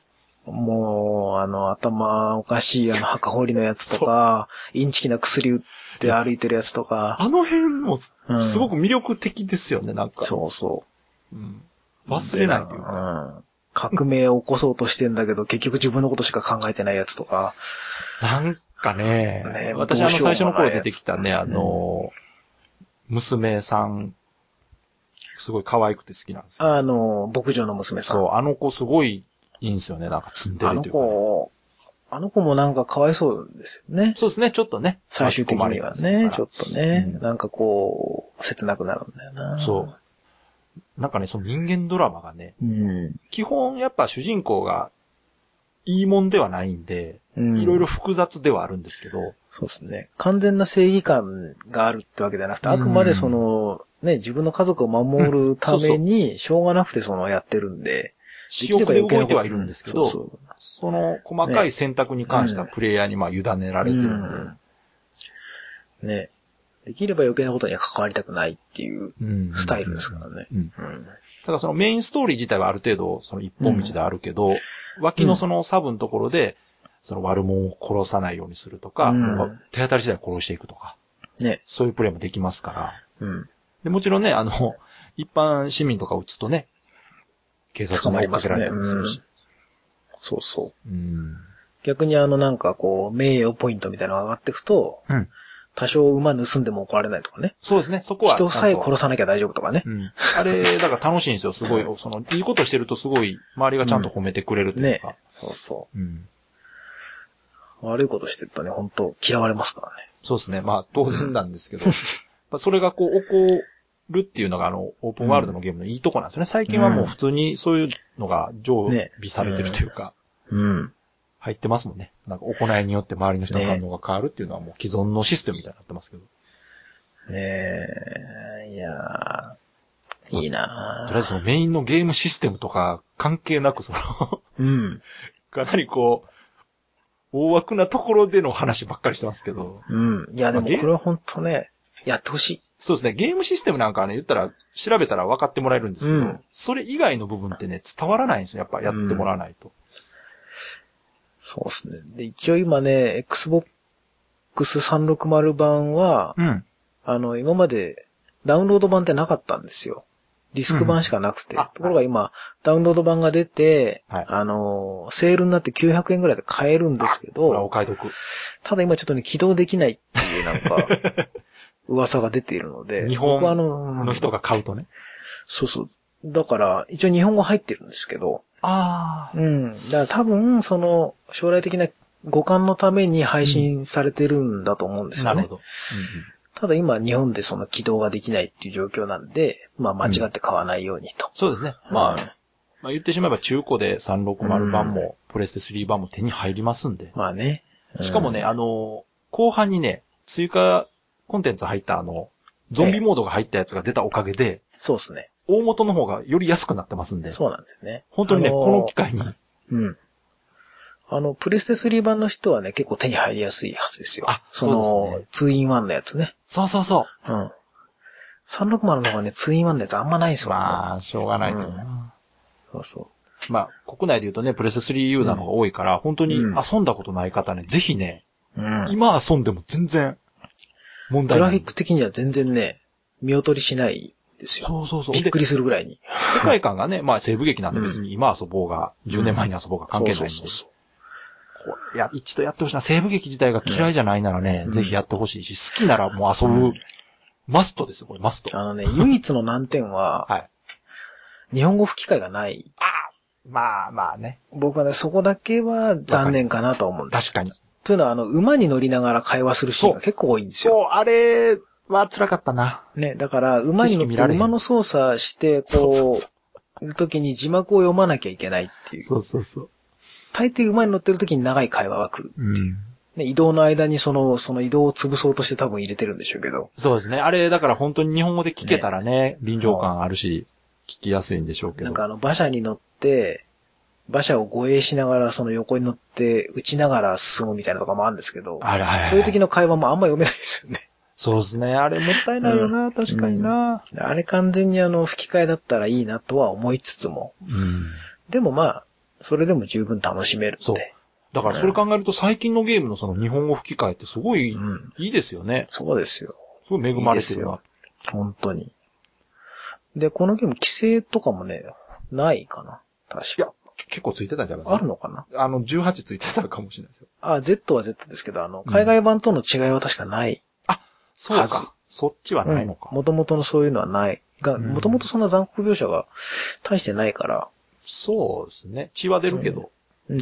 [SPEAKER 2] もう、あの、頭おかしい、あの、墓掘りのやつとか、インチキな薬売って歩いてるやつとか、
[SPEAKER 1] あの辺もす
[SPEAKER 2] うん
[SPEAKER 1] すごく魅力的ですよね、なんか。
[SPEAKER 2] そうそ
[SPEAKER 1] うん
[SPEAKER 2] う。
[SPEAKER 1] 忘れないというか。
[SPEAKER 2] うん。革命を起こそうとしてんだけど、結局自分のことしか考えてないやつとか、
[SPEAKER 1] なんかね、
[SPEAKER 2] ね
[SPEAKER 1] 私
[SPEAKER 2] ど
[SPEAKER 1] あ
[SPEAKER 2] う
[SPEAKER 1] の
[SPEAKER 2] しようもな
[SPEAKER 1] 最
[SPEAKER 2] い
[SPEAKER 1] 初の頃出てきたね、あの、娘さん、すごい可愛くて好きなんですよ。
[SPEAKER 2] あの、牧場の娘さん。
[SPEAKER 1] そう、あの子すごいいいんですよね、なんかツンデ
[SPEAKER 2] あ
[SPEAKER 1] レ
[SPEAKER 2] の
[SPEAKER 1] というかね、
[SPEAKER 2] 子、あの子もなんかかわいそうですよね。
[SPEAKER 1] そうですね、ちょっとね。
[SPEAKER 2] 最終的には
[SPEAKER 1] 巻き込まれ
[SPEAKER 2] ね、
[SPEAKER 1] た
[SPEAKER 2] ちょっとね、
[SPEAKER 1] うん
[SPEAKER 2] なんかこう、切なくなるんだよな。
[SPEAKER 1] そう。なんかね、その人間ドラマがね、
[SPEAKER 2] う。うん。
[SPEAKER 1] 基本やっぱ主人公がいいもんではないんで、
[SPEAKER 2] うん
[SPEAKER 1] いろいろ複雑ではあるんですけど、
[SPEAKER 2] そうですね。完全な正義感があるってわけじゃなくて、あくまでその、ね、自分の家族を守るために、しょうがなくてそのやってるんで、
[SPEAKER 1] 私欲で動いてはいるんですけど、
[SPEAKER 2] そう
[SPEAKER 1] そ
[SPEAKER 2] そう
[SPEAKER 1] の細かい選択に関してはプレイヤーにまあ委ねられてるんで、
[SPEAKER 2] うんね。できれば余計なことには関わりたくないっていう
[SPEAKER 1] うん
[SPEAKER 2] スタイルですからね。
[SPEAKER 1] うん。
[SPEAKER 2] うん。
[SPEAKER 1] ただそのメインストーリー自体はある程度、その一本道であるけど、脇のそのサブのところで、その悪者を殺さないようにするとか、
[SPEAKER 2] うん
[SPEAKER 1] 手当たり次第殺していくとか、
[SPEAKER 2] ね。
[SPEAKER 1] そういうプレイもできますから、
[SPEAKER 2] うん。
[SPEAKER 1] で、もちろんね、あの、一般市民とか撃つとね、警察
[SPEAKER 2] 捕ま
[SPEAKER 1] に追
[SPEAKER 2] り
[SPEAKER 1] っ
[SPEAKER 2] ま
[SPEAKER 1] かけ
[SPEAKER 2] す
[SPEAKER 1] ら
[SPEAKER 2] ね。
[SPEAKER 1] れたりもす
[SPEAKER 2] う
[SPEAKER 1] る
[SPEAKER 2] ん
[SPEAKER 1] し。。
[SPEAKER 2] そうそう。
[SPEAKER 1] うん。
[SPEAKER 2] 逆にあのなんかこう、名誉ポイントみたいなのが上がっていくと、
[SPEAKER 1] うん
[SPEAKER 2] 多少馬盗んでも怒られないとかね。
[SPEAKER 1] そうですね、そこは。
[SPEAKER 2] 人さえ
[SPEAKER 1] す。
[SPEAKER 2] 殺さなきゃ大丈夫とかね。
[SPEAKER 1] うん。あれ、だから楽しいんですよ、すごい。その、いいことしてるとすごい、周りがちゃんと褒めてくれるというか。
[SPEAKER 2] そうそう。
[SPEAKER 1] うん。
[SPEAKER 2] 悪いことしてるとね、本当嫌われますからね。
[SPEAKER 1] そうですね、まあ、当然なんですけど、 まあそれがこう、起こるっていうのが、あの、オープンワールドのゲームのいいとこなんですよね。最近はもう普通にそういうのが常備されてるというか、
[SPEAKER 2] うん。
[SPEAKER 1] 入ってますもんね。なんか行いによって周りの人の反応が変わるっていうのはもう既存のシステムみたいになってますけど。
[SPEAKER 2] ねえ、いやーいいな
[SPEAKER 1] とりあえずそのメインのゲームシステムとか関係なく、その、
[SPEAKER 2] うん。
[SPEAKER 1] かなりこう、大枠なところでの話ばっかりしてますけど。
[SPEAKER 2] うん。いや、でも
[SPEAKER 1] まあゲ
[SPEAKER 2] これは本当ね、やってほしい。
[SPEAKER 1] そうですね、ゲームシステムなんかはね、言ったら、調べたら分かってもらえるんですけど、
[SPEAKER 2] うん
[SPEAKER 1] それ以外の部分ってね、伝わらないんですよ。やっぱやってもらわないと。
[SPEAKER 2] そうですね。で、一応今ね、Xbox 360版は、
[SPEAKER 1] うん。
[SPEAKER 2] あの、今までダウンロード版ってなかったんですよ。ディスク版しかなくて。
[SPEAKER 1] うんあ
[SPEAKER 2] ところが今、ダウンロード版が出て、
[SPEAKER 1] はい
[SPEAKER 2] あのー、セールになって900円ぐらいで買えるんですけ
[SPEAKER 1] これは
[SPEAKER 2] ど
[SPEAKER 1] お、買い得。
[SPEAKER 2] ただ今ちょっとね、起動できないっていうな んか、噂が出ているので。
[SPEAKER 1] 日本
[SPEAKER 2] 僕はあの
[SPEAKER 1] の人
[SPEAKER 2] が。
[SPEAKER 1] が買うとね。
[SPEAKER 2] そうそう。だから、一応日本語入ってるんですけど、
[SPEAKER 1] ああ。
[SPEAKER 2] うん。だから多分、その、将来的な互換のために配信されてるんだと思うんですよ
[SPEAKER 1] な
[SPEAKER 2] ね。
[SPEAKER 1] るほど。
[SPEAKER 2] ただ今、日本でその起動ができないっていう状況なんで、まあ間違って買わないようにと。
[SPEAKER 1] そうですね。まあ、まあ言ってしまえば中古で360版も、プレステ3版も手に入りますんで。
[SPEAKER 2] まあね。
[SPEAKER 1] しかもね、
[SPEAKER 2] うん
[SPEAKER 1] あの、後半にね、追加コンテンツ入ったあの、ゾンビモードが入ったやつが出たおかげで、
[SPEAKER 2] そうですね。
[SPEAKER 1] 大元の方がより安くなってますんで、
[SPEAKER 2] そうなんですよね。
[SPEAKER 1] 本当にね、
[SPEAKER 2] あのー
[SPEAKER 1] この機会に、
[SPEAKER 2] うん。あの、プレステ3版の人はね、結構手に入りやすいはずですよ。
[SPEAKER 1] あ
[SPEAKER 2] そ
[SPEAKER 1] そうで
[SPEAKER 2] の、2 in 1のやつね。
[SPEAKER 1] そうそうそう。
[SPEAKER 2] うん。360の方がね、2 in 1のやつあんまないんですよ。
[SPEAKER 1] まあ、しょうがないと、
[SPEAKER 2] うんそうそ
[SPEAKER 1] まあ、国内で言うとね、プレステ3ユーザーの方が多いから、本当に
[SPEAKER 2] うん
[SPEAKER 1] 遊んだことない方ね、ぜひね、
[SPEAKER 2] う。うん。
[SPEAKER 1] 今遊んでも全然、問
[SPEAKER 2] グ
[SPEAKER 1] 題
[SPEAKER 2] ラ
[SPEAKER 1] な
[SPEAKER 2] フ
[SPEAKER 1] い。
[SPEAKER 2] ィック的には全然ね、見劣りしないですよ。
[SPEAKER 1] そうそうそう。
[SPEAKER 2] びっく
[SPEAKER 1] で
[SPEAKER 2] りするぐらいに。
[SPEAKER 1] 世界観がね、まあ西部劇なんで別に今遊ぼうが、10年前に遊ぼうが関係ないんで。
[SPEAKER 2] そうそうそう
[SPEAKER 1] こういや、一度やってほしいな。西部劇自体が嫌いじゃないならね、
[SPEAKER 2] うん
[SPEAKER 1] ぜひやってほしいし、好きならもう遊ぶ、
[SPEAKER 2] うん
[SPEAKER 1] マストですよ、これ、マスト。
[SPEAKER 2] あのね、唯一の難点は、
[SPEAKER 1] はい。
[SPEAKER 2] 日本語吹き替えがない。
[SPEAKER 1] まあまあね。
[SPEAKER 2] 僕はね、そこだけは残念かなと思うんです。
[SPEAKER 1] 確かに。
[SPEAKER 2] というのは、あの、馬に乗りながら会話するシーンが結構多いんですよ。
[SPEAKER 1] そう、あれは辛かったな。
[SPEAKER 2] ね、だから、馬に乗
[SPEAKER 1] 景色見
[SPEAKER 2] っ
[SPEAKER 1] ら
[SPEAKER 2] て
[SPEAKER 1] れへん
[SPEAKER 2] 馬の操作して、
[SPEAKER 1] そうそう
[SPEAKER 2] こ、
[SPEAKER 1] そう
[SPEAKER 2] いる時に字幕を読まなきゃいけないっていう。
[SPEAKER 1] うそうそう。
[SPEAKER 2] 大抵馬に乗ってる時に長い会話が来る。
[SPEAKER 1] うん。
[SPEAKER 2] ね、移動の間にその、その移動を潰そうとして多分入れてるんでしょうけど。
[SPEAKER 1] そうですね。あれ、だから本当に日本語で聞けたらね、臨場感あるし、聞きやすいんでしょうけ
[SPEAKER 2] な
[SPEAKER 1] ど
[SPEAKER 2] ん。かあの、馬車に乗って、馬車を護衛しながら、その横に乗って、撃ちながら進むみたいなのとかもあるんですけど、
[SPEAKER 1] あれ、はい、はい。
[SPEAKER 2] そういう時の会話もあんま読めないです よね。
[SPEAKER 1] そうですね。あれもったいないよな、確かにな。
[SPEAKER 2] あれ完全にあの、吹き替えだったらいいなとは思いつつも、
[SPEAKER 1] うん。
[SPEAKER 2] でもまあ、それでも十分楽しめる
[SPEAKER 1] そ
[SPEAKER 2] ん
[SPEAKER 1] う
[SPEAKER 2] で。
[SPEAKER 1] だからそれ考えると最近のゲームのその日本語吹き替えってすごい
[SPEAKER 2] うん。
[SPEAKER 1] いいですよね。
[SPEAKER 2] そうですよ。
[SPEAKER 1] すごい恵まれてる
[SPEAKER 2] いい
[SPEAKER 1] な。
[SPEAKER 2] 本当に。で、このゲーム規制とかもね、ないかな。確
[SPEAKER 1] いや
[SPEAKER 2] か。
[SPEAKER 1] 結構ついてたんじゃないですか
[SPEAKER 2] あるのかな
[SPEAKER 1] あの、18ついてたかもしれないですよ。
[SPEAKER 2] あ、Z は Z ですけど、あの、海外版との違いは確かない。
[SPEAKER 1] そう
[SPEAKER 2] はず
[SPEAKER 1] か。そっちはないのか。
[SPEAKER 2] もともとのそういうのはない。が、
[SPEAKER 1] うん
[SPEAKER 2] もともとそんな残酷描写が大してないから、
[SPEAKER 1] そうですね。血は出るけど。
[SPEAKER 2] うん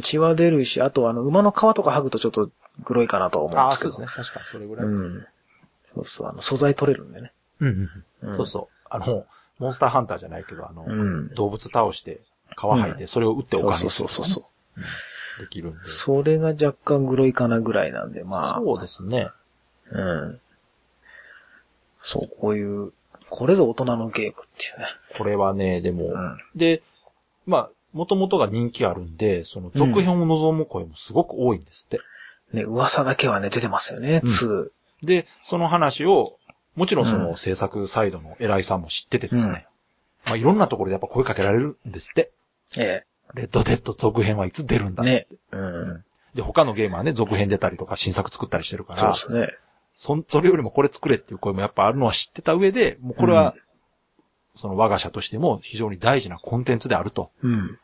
[SPEAKER 2] 血は出るし、あとあの、馬の皮とか剥ぐとちょっと黒いかなとは思うん
[SPEAKER 1] あ
[SPEAKER 2] で
[SPEAKER 1] あ、
[SPEAKER 2] すけ
[SPEAKER 1] そう
[SPEAKER 2] ど。
[SPEAKER 1] ですね。
[SPEAKER 2] ね。
[SPEAKER 1] 確かにそれぐらい。
[SPEAKER 2] うん。そうそう、あの、素材取れるんでね。
[SPEAKER 1] うんうん。そう
[SPEAKER 2] う
[SPEAKER 1] そう。あの、モンスターハンターじゃないけど、あの、
[SPEAKER 2] ん。うん。
[SPEAKER 1] 動物倒して、皮剥いて、それを撃ってお
[SPEAKER 2] そう
[SPEAKER 1] 金
[SPEAKER 2] そう
[SPEAKER 1] にす
[SPEAKER 2] そ
[SPEAKER 1] る
[SPEAKER 2] う
[SPEAKER 1] と
[SPEAKER 2] そう
[SPEAKER 1] かね
[SPEAKER 2] そう。
[SPEAKER 1] できるんで。
[SPEAKER 2] それが若干グロいかなぐらいなんで、まあ。
[SPEAKER 1] そうですね。
[SPEAKER 2] うん。そう、こういう、これぞ大人のゲームっていうね。
[SPEAKER 1] これはね、でも、
[SPEAKER 2] うん。
[SPEAKER 1] で、まあ、もともとが人気あるんで、その続編を望む声もすごく多いんですって。
[SPEAKER 2] ね、噂だけはね、出てますよね、
[SPEAKER 1] うん
[SPEAKER 2] 2。
[SPEAKER 1] で、その話を、もちろんそ
[SPEAKER 2] うん
[SPEAKER 1] の制作サイドの偉いさんも知っててですね。
[SPEAKER 2] うん
[SPEAKER 1] まあいろんなところでやっぱ声かけられるんですって。
[SPEAKER 2] え
[SPEAKER 1] レッドデッド続編はいつ出るん
[SPEAKER 2] え。
[SPEAKER 1] だ、
[SPEAKER 2] ね。うん。
[SPEAKER 1] で、他のゲームはね、続編出たりとか新作作ったりしてるか
[SPEAKER 2] そう
[SPEAKER 1] ら、
[SPEAKER 2] ですね。
[SPEAKER 1] そんそれよりもこれ作れっていう声もやっぱあるのは知ってた上で、もうこれは、その我が社としても非常に大事なコンテンツであると。
[SPEAKER 2] うん。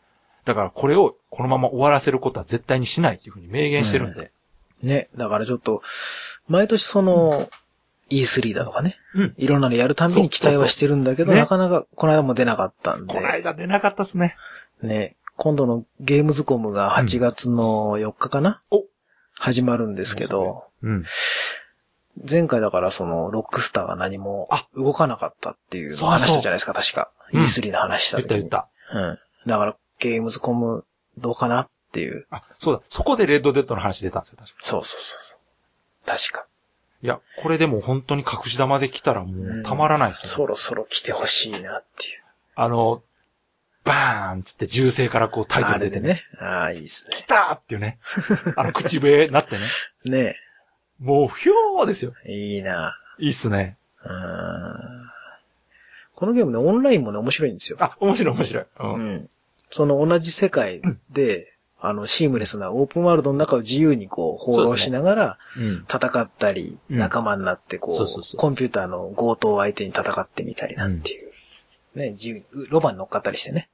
[SPEAKER 1] だからこれをこのまま終わらせることは絶対にしないっていうふうに明言してるんで。
[SPEAKER 2] ね、だからちょっと、毎年その、E3 だとかね。
[SPEAKER 1] うん
[SPEAKER 2] いろんなのやるたんびに期待はしてるんだけど、
[SPEAKER 1] そう
[SPEAKER 2] な
[SPEAKER 1] そうそ
[SPEAKER 2] かなかこの間も出なかったんで
[SPEAKER 1] こ。の間出なかったっすね。
[SPEAKER 2] ね、今度のゲームズコムが8月の4日かな、
[SPEAKER 1] お
[SPEAKER 2] 始まるんですけど、
[SPEAKER 1] うん。
[SPEAKER 2] 前回だからその、ロックスターが何も
[SPEAKER 1] あ
[SPEAKER 2] 動かなかったっていうの
[SPEAKER 1] そ
[SPEAKER 2] を
[SPEAKER 1] うそう
[SPEAKER 2] 話したじゃないですか、確か。
[SPEAKER 1] うん
[SPEAKER 2] E3 の話した
[SPEAKER 1] 言っ
[SPEAKER 2] 時
[SPEAKER 1] た言っ
[SPEAKER 2] に
[SPEAKER 1] た。
[SPEAKER 2] うん。だから、ゲームズコムどうかなっていう。
[SPEAKER 1] あ、そうだ。そこでレッドデッドの話出たんですよ、確か。
[SPEAKER 2] そうそうそうそう。確か。
[SPEAKER 1] いや、これでも本当に隠し玉で来たらもうたまらないです
[SPEAKER 2] そ
[SPEAKER 1] よ、ね
[SPEAKER 2] ろそろ来てほしいなっていう。
[SPEAKER 1] あの、バーンつって銃声からこうタイト
[SPEAKER 2] あ
[SPEAKER 1] ル
[SPEAKER 2] れ
[SPEAKER 1] 出
[SPEAKER 2] で
[SPEAKER 1] てね。
[SPEAKER 2] ね。ああ、いいですね
[SPEAKER 1] 来。たーっていう ね。あの口笛なってね。
[SPEAKER 2] ね
[SPEAKER 1] もう、ひょーですよ。
[SPEAKER 2] えいいない
[SPEAKER 1] いっすね。
[SPEAKER 2] うーん。このゲームね、オンラインもね、面白いんですよ。
[SPEAKER 1] あ、面白い面白い。う。
[SPEAKER 2] うんん。その同じ世界で、あの、シームレスなオープンワールドの中を自由にこう、放
[SPEAKER 1] そう
[SPEAKER 2] 浪
[SPEAKER 1] です
[SPEAKER 2] し
[SPEAKER 1] ね
[SPEAKER 2] ながら、
[SPEAKER 1] うん。
[SPEAKER 2] 戦ったり、
[SPEAKER 1] うん
[SPEAKER 2] 仲間になってこう、
[SPEAKER 1] そうそうそう
[SPEAKER 2] コンピューターの強盗を相手に戦ってみたりなんていう。ね、自由に、ロバに乗っかったりしてね。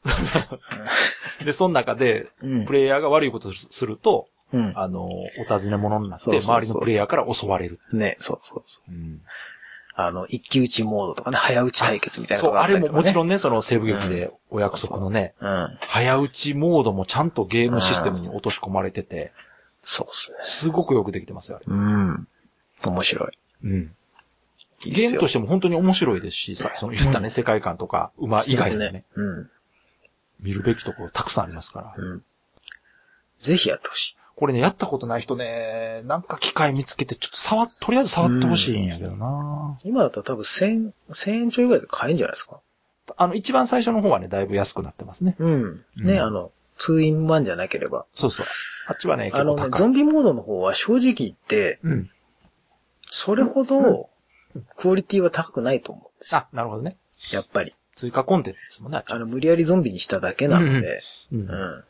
[SPEAKER 1] で、その中で、
[SPEAKER 2] うん
[SPEAKER 1] プレイヤーが悪いことをすると、
[SPEAKER 2] うん。
[SPEAKER 1] あの、お尋ね者になって、
[SPEAKER 2] そうそうそうそう
[SPEAKER 1] 周りのプレイヤーから襲われる。
[SPEAKER 2] ね、そうそうそう。
[SPEAKER 1] うん
[SPEAKER 2] あの、一騎打ちモードとかね、早打ち対決みたいな
[SPEAKER 1] そ
[SPEAKER 2] の
[SPEAKER 1] う、
[SPEAKER 2] が
[SPEAKER 1] あ
[SPEAKER 2] あった
[SPEAKER 1] れ
[SPEAKER 2] り
[SPEAKER 1] も
[SPEAKER 2] とか、ね。
[SPEAKER 1] もちろんね、その西部劇でお約束のね、
[SPEAKER 2] うん。
[SPEAKER 1] 早打ちモードもちゃんとゲームシステムに落とし込まれてて、
[SPEAKER 2] そうっすね。
[SPEAKER 1] すごくよくできてますよ、あれ。
[SPEAKER 2] うん。面白い。
[SPEAKER 1] うん。
[SPEAKER 2] いいっ
[SPEAKER 1] ゲー
[SPEAKER 2] す
[SPEAKER 1] ム
[SPEAKER 2] よ
[SPEAKER 1] としても本当に面白いですし、さその言ったね、世界観とか、馬以外
[SPEAKER 2] そうで
[SPEAKER 1] の
[SPEAKER 2] す
[SPEAKER 1] ね、
[SPEAKER 2] うん。
[SPEAKER 1] 見るべきところたくさんありますから。
[SPEAKER 2] うん。ぜひやってほしい。
[SPEAKER 1] これね、やったことない人ね、なんか機械見つけて、ちょっと触っ、とりあえず触ってほしいんやけどな、
[SPEAKER 2] 今だったら多分1000、1000円ちょいぐらいで買えるんじゃないですか。
[SPEAKER 1] あの、一番最初の方はね、だいぶ安くなってますね。
[SPEAKER 2] うん。ね、
[SPEAKER 1] うん
[SPEAKER 2] あの、2イン1じゃなければ。
[SPEAKER 1] そうそう。あっちはね、
[SPEAKER 2] あ
[SPEAKER 1] 結
[SPEAKER 2] の
[SPEAKER 1] 構
[SPEAKER 2] ね、
[SPEAKER 1] 高い。
[SPEAKER 2] ゾンビモードの方は正直言って、
[SPEAKER 1] うん。
[SPEAKER 2] それほど、クオリティは高くないと思うんですよ。
[SPEAKER 1] あ、なるほどね。
[SPEAKER 2] やっぱり。
[SPEAKER 1] 追加コンテンツですもんね。あっち
[SPEAKER 2] あの、無理やりゾンビにしただけなので、
[SPEAKER 1] う
[SPEAKER 2] うんん。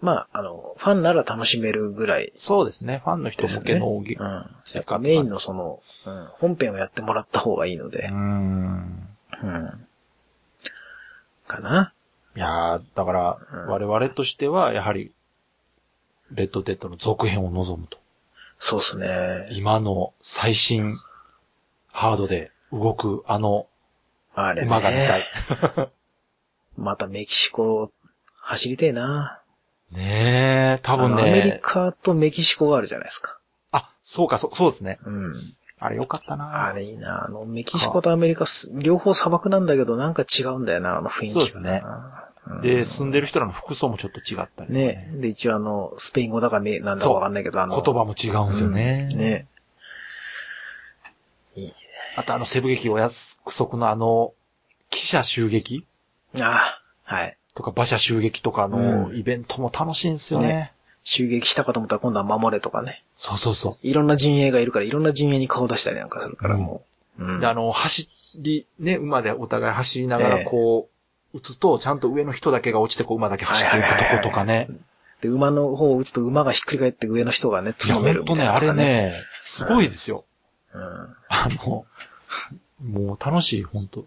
[SPEAKER 2] まあ、あの、ファンなら楽しめるぐらい
[SPEAKER 1] そうですね。ファンの人
[SPEAKER 2] です
[SPEAKER 1] 向
[SPEAKER 2] ね。
[SPEAKER 1] け
[SPEAKER 2] う
[SPEAKER 1] の
[SPEAKER 2] ん。
[SPEAKER 1] ゲー
[SPEAKER 2] やっぱメインのその、うん、本編をやってもらった方がいいので、
[SPEAKER 1] ム。うん。
[SPEAKER 2] うん。かな。
[SPEAKER 1] いやー、だから
[SPEAKER 2] うん、
[SPEAKER 1] 我々としては、やはり、レッドデッドの続編を望むと。
[SPEAKER 2] そうっすね。
[SPEAKER 1] 今の最新ハードで動くあの
[SPEAKER 2] あれね。
[SPEAKER 1] 馬が見たい。
[SPEAKER 2] またメキシコ、走りてえな。
[SPEAKER 1] ねえ、多分
[SPEAKER 2] あのアメリ
[SPEAKER 1] ね。
[SPEAKER 2] カとメキシコがあるじゃないですか。
[SPEAKER 1] あ、そうか、そう、そうですね。
[SPEAKER 2] うん。
[SPEAKER 1] あれよかったな
[SPEAKER 2] あれいいな。あの、メキシコとアメリカす、両方砂漠なんだけど、なんか違うんだよな、あの雰囲気がな。
[SPEAKER 1] そうですね
[SPEAKER 2] うん。
[SPEAKER 1] で、住んでる人らの服装もちょっと違ったりとかね、
[SPEAKER 2] ね。で、一応あの、スペイン語だかめ、なんだか
[SPEAKER 1] そう
[SPEAKER 2] わかんないけど、あ
[SPEAKER 1] 言
[SPEAKER 2] の、
[SPEAKER 1] 葉も違うんですよね。
[SPEAKER 2] うんね。
[SPEAKER 1] あとあの、西部劇お約束のあの、記者襲撃
[SPEAKER 2] ああ、はい。
[SPEAKER 1] とか馬車襲撃とか
[SPEAKER 2] う
[SPEAKER 1] の
[SPEAKER 2] ん
[SPEAKER 1] イベントも楽しいんですよね。
[SPEAKER 2] ね襲撃したかと思ったら今度は守れとかね。
[SPEAKER 1] そうそうそ
[SPEAKER 2] いろんな陣営がいるから、いろんな陣営に顔出したりなんかするから、
[SPEAKER 1] うん
[SPEAKER 2] もう。う
[SPEAKER 1] う。
[SPEAKER 2] ん
[SPEAKER 1] で、あの、走り、ね、馬でお互い走りなが
[SPEAKER 2] ええ
[SPEAKER 1] らこう、打つと、ちゃんと上の人だけが落ちて、こう、馬だけ走っていくとことかね。
[SPEAKER 2] で、馬の方を打つと馬がひっくり返って上の人がね、
[SPEAKER 1] いや、
[SPEAKER 2] 角
[SPEAKER 1] ほ
[SPEAKER 2] める
[SPEAKER 1] ん
[SPEAKER 2] み
[SPEAKER 1] と
[SPEAKER 2] たい
[SPEAKER 1] ね、
[SPEAKER 2] な、
[SPEAKER 1] あれ。ね、すごいですよ。
[SPEAKER 2] う
[SPEAKER 1] あの、もう楽しい、本当
[SPEAKER 2] ん。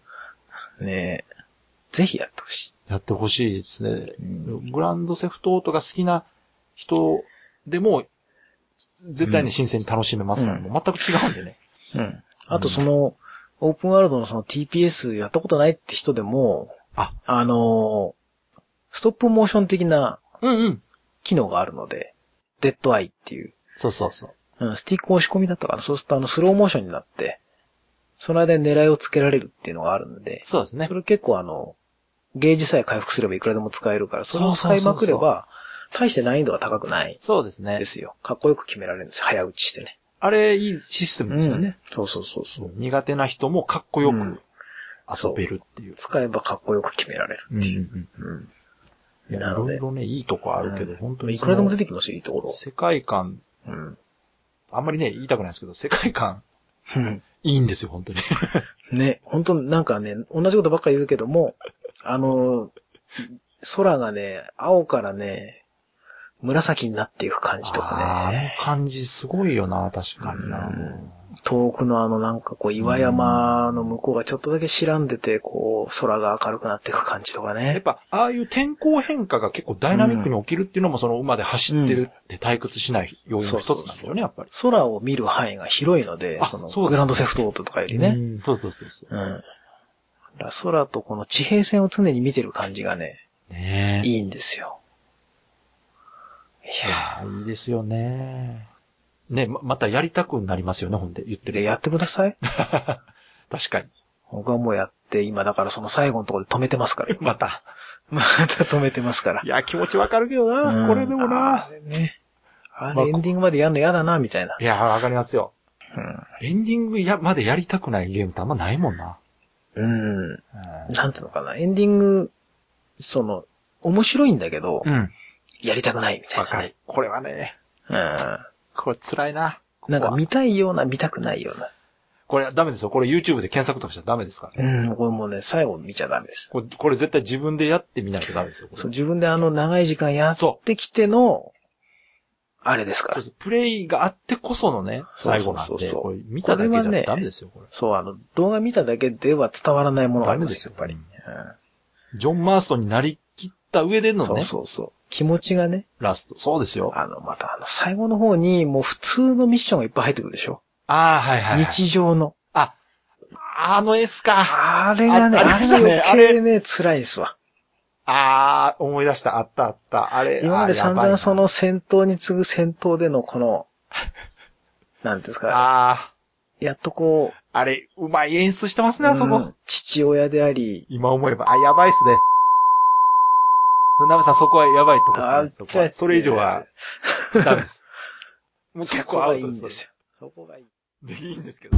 [SPEAKER 2] ねえぜひやってほし
[SPEAKER 1] やってほしいですね。
[SPEAKER 2] い。うん
[SPEAKER 1] グランドセフトオートが好きな人でも、絶対に新鮮に楽しめますから、
[SPEAKER 2] うん
[SPEAKER 1] もう全く違うんでね。
[SPEAKER 2] うん。あとその、オープンワールドのその TPS やったことないって人でも、
[SPEAKER 1] あ、
[SPEAKER 2] あのーストップモーション的な
[SPEAKER 1] うんうん。
[SPEAKER 2] 機能があるので、デッドアイっていう、
[SPEAKER 1] そうそうそう。
[SPEAKER 2] うん、スティック押し込みだったから、そうするとあのスローモーションになって、その間に狙いをつけられるっていうのがあるんで、
[SPEAKER 1] そうですね
[SPEAKER 2] そ。れ結構あの、ゲージさえ回復すればいくらでも使えるから、それを使いまくれ
[SPEAKER 1] そうそうそう
[SPEAKER 2] ば、大して難易度は高くない
[SPEAKER 1] そうですね
[SPEAKER 2] で。すよ。かっこよく決められるんですよ。早打ちしてね。
[SPEAKER 1] あれ、いいシステムですよね。
[SPEAKER 2] そうそうそうそう。
[SPEAKER 1] 苦手な人もかっこよく
[SPEAKER 2] うん
[SPEAKER 1] 遊べるっていう。
[SPEAKER 2] 使えばかっこよく決められるっていう。うん。
[SPEAKER 1] いや
[SPEAKER 2] ないの
[SPEAKER 1] ろ
[SPEAKER 2] で
[SPEAKER 1] いろね、いいとこあるけど、
[SPEAKER 2] うん
[SPEAKER 1] 本当に
[SPEAKER 2] い
[SPEAKER 1] そ
[SPEAKER 2] く
[SPEAKER 1] の。
[SPEAKER 2] らでも出てきますよ、いいところ。
[SPEAKER 1] 世界観、
[SPEAKER 2] うん。
[SPEAKER 1] あんまりね、言いたくないですけど、世界観、いいんですよ、本当に。
[SPEAKER 2] ね、本当なんかね、同じことばっかり言うけども、あの、空がね、青からね、紫になっていく感じと
[SPEAKER 1] あ
[SPEAKER 2] か
[SPEAKER 1] ーあ
[SPEAKER 2] ね、
[SPEAKER 1] の感じすごいよな、確かにな。
[SPEAKER 2] うん遠くのあのなんかこう岩山の向こうがちょっとだけ白んでて、こう空が明るくなっていく感じとか
[SPEAKER 1] やっ
[SPEAKER 2] ね。
[SPEAKER 1] ぱ、ああいう天候変化が結構ダイナミックに起きるっていうのも、その馬で走ってるって退屈しない要因の一つなんだよね、やっぱり。
[SPEAKER 2] 空を見る範囲が広いので、
[SPEAKER 1] あ
[SPEAKER 2] その
[SPEAKER 1] そうです
[SPEAKER 2] グランドセフトオートとかよりね。
[SPEAKER 1] うんそうそうそうそ
[SPEAKER 2] うん。だから空とこの地平線を常に見てる感じがね、
[SPEAKER 1] う。ねえ。い
[SPEAKER 2] いいんですよ。いや
[SPEAKER 1] やーいいですよね。ねま、またやりたくなりますよね、ほんで。言っ
[SPEAKER 2] ー
[SPEAKER 1] て
[SPEAKER 2] で、
[SPEAKER 1] る。
[SPEAKER 2] やってください。
[SPEAKER 1] 確かに。
[SPEAKER 2] 僕はもうやって、今だからその最後のところで止めてますから。
[SPEAKER 1] また。
[SPEAKER 2] また止めてますから
[SPEAKER 1] い。や、気持ちわかるけどな、
[SPEAKER 2] うん
[SPEAKER 1] これでも
[SPEAKER 2] あ
[SPEAKER 1] な。
[SPEAKER 2] れね。あ
[SPEAKER 1] まあ
[SPEAKER 2] れエンディングまでやるの嫌だな、みたいな。
[SPEAKER 1] いや、わかりますよ。
[SPEAKER 2] うん
[SPEAKER 1] エンディングや、までやりたくないゲームってあんまないもんな。
[SPEAKER 2] うん。なんつうのかな。エンディング、その、面白いんだけど、
[SPEAKER 1] うん。
[SPEAKER 2] やりたくないみたいな、
[SPEAKER 1] わ
[SPEAKER 2] ね。
[SPEAKER 1] かる。これはね、
[SPEAKER 2] う
[SPEAKER 1] これ辛いな。
[SPEAKER 2] ん。なん
[SPEAKER 1] こ
[SPEAKER 2] か
[SPEAKER 1] こは
[SPEAKER 2] 見たいような、見たくないような。
[SPEAKER 1] これダメですよ。これ YouTube で検索とかしちゃダメですからね。
[SPEAKER 2] うん。これもうね、最後見ちゃダメです。
[SPEAKER 1] これ、これ絶対自分でやってみないとダメですよ。これ
[SPEAKER 2] そう、自分であの長い時間やってきての、あれですか
[SPEAKER 1] そ
[SPEAKER 2] ら
[SPEAKER 1] う。そうプレイがあってこそのね、
[SPEAKER 2] そう
[SPEAKER 1] 最
[SPEAKER 2] そ
[SPEAKER 1] 後
[SPEAKER 2] う
[SPEAKER 1] なん
[SPEAKER 2] そう
[SPEAKER 1] で、
[SPEAKER 2] そう
[SPEAKER 1] これ見ただけじゃダメですよ、これ。
[SPEAKER 2] そう、あの、動画見ただけでは伝わらないものがありますよ、やっぱ
[SPEAKER 1] ダメ
[SPEAKER 2] り
[SPEAKER 1] で。すよ
[SPEAKER 2] う
[SPEAKER 1] ジョン・マーストンになりきった上で
[SPEAKER 2] うん
[SPEAKER 1] の
[SPEAKER 2] そう
[SPEAKER 1] ね、
[SPEAKER 2] そうそう。気持ちがね、
[SPEAKER 1] ラスト。そうですよ。あ
[SPEAKER 2] あの、またあの、最後の方に、もう普通のミッションがいっぱい入ってくるでしょ。
[SPEAKER 1] あー、はいはいはい。
[SPEAKER 2] 日常の。
[SPEAKER 1] あ、あの S か。
[SPEAKER 2] あれがね、
[SPEAKER 1] ああ
[SPEAKER 2] あ
[SPEAKER 1] りました
[SPEAKER 2] れ
[SPEAKER 1] ね
[SPEAKER 2] が余計ね、辛いですわ。
[SPEAKER 1] あー、思い出した。あったあった。あれ、
[SPEAKER 2] 今まで散
[SPEAKER 1] あーやばいな
[SPEAKER 2] 々その戦闘に次ぐ戦闘でのこ の、なんていうんですか、
[SPEAKER 1] あ
[SPEAKER 2] やっとこ
[SPEAKER 1] ー、あれ、うまい演出してます
[SPEAKER 2] う、
[SPEAKER 1] ね、あそうこ
[SPEAKER 2] ん。父親であり、
[SPEAKER 1] 今思えば。あ、やばいっすね。ナメさん、そこはやばいとこ
[SPEAKER 2] あ
[SPEAKER 1] ですね。そこはそれ以上は、、ダ メです。もう
[SPEAKER 2] そ
[SPEAKER 1] 結
[SPEAKER 2] こ
[SPEAKER 1] 構ア
[SPEAKER 2] が
[SPEAKER 1] ウ
[SPEAKER 2] いい
[SPEAKER 1] トで
[SPEAKER 2] ん
[SPEAKER 1] す。
[SPEAKER 2] ですよ。そこがいい。
[SPEAKER 1] でいいんですけど。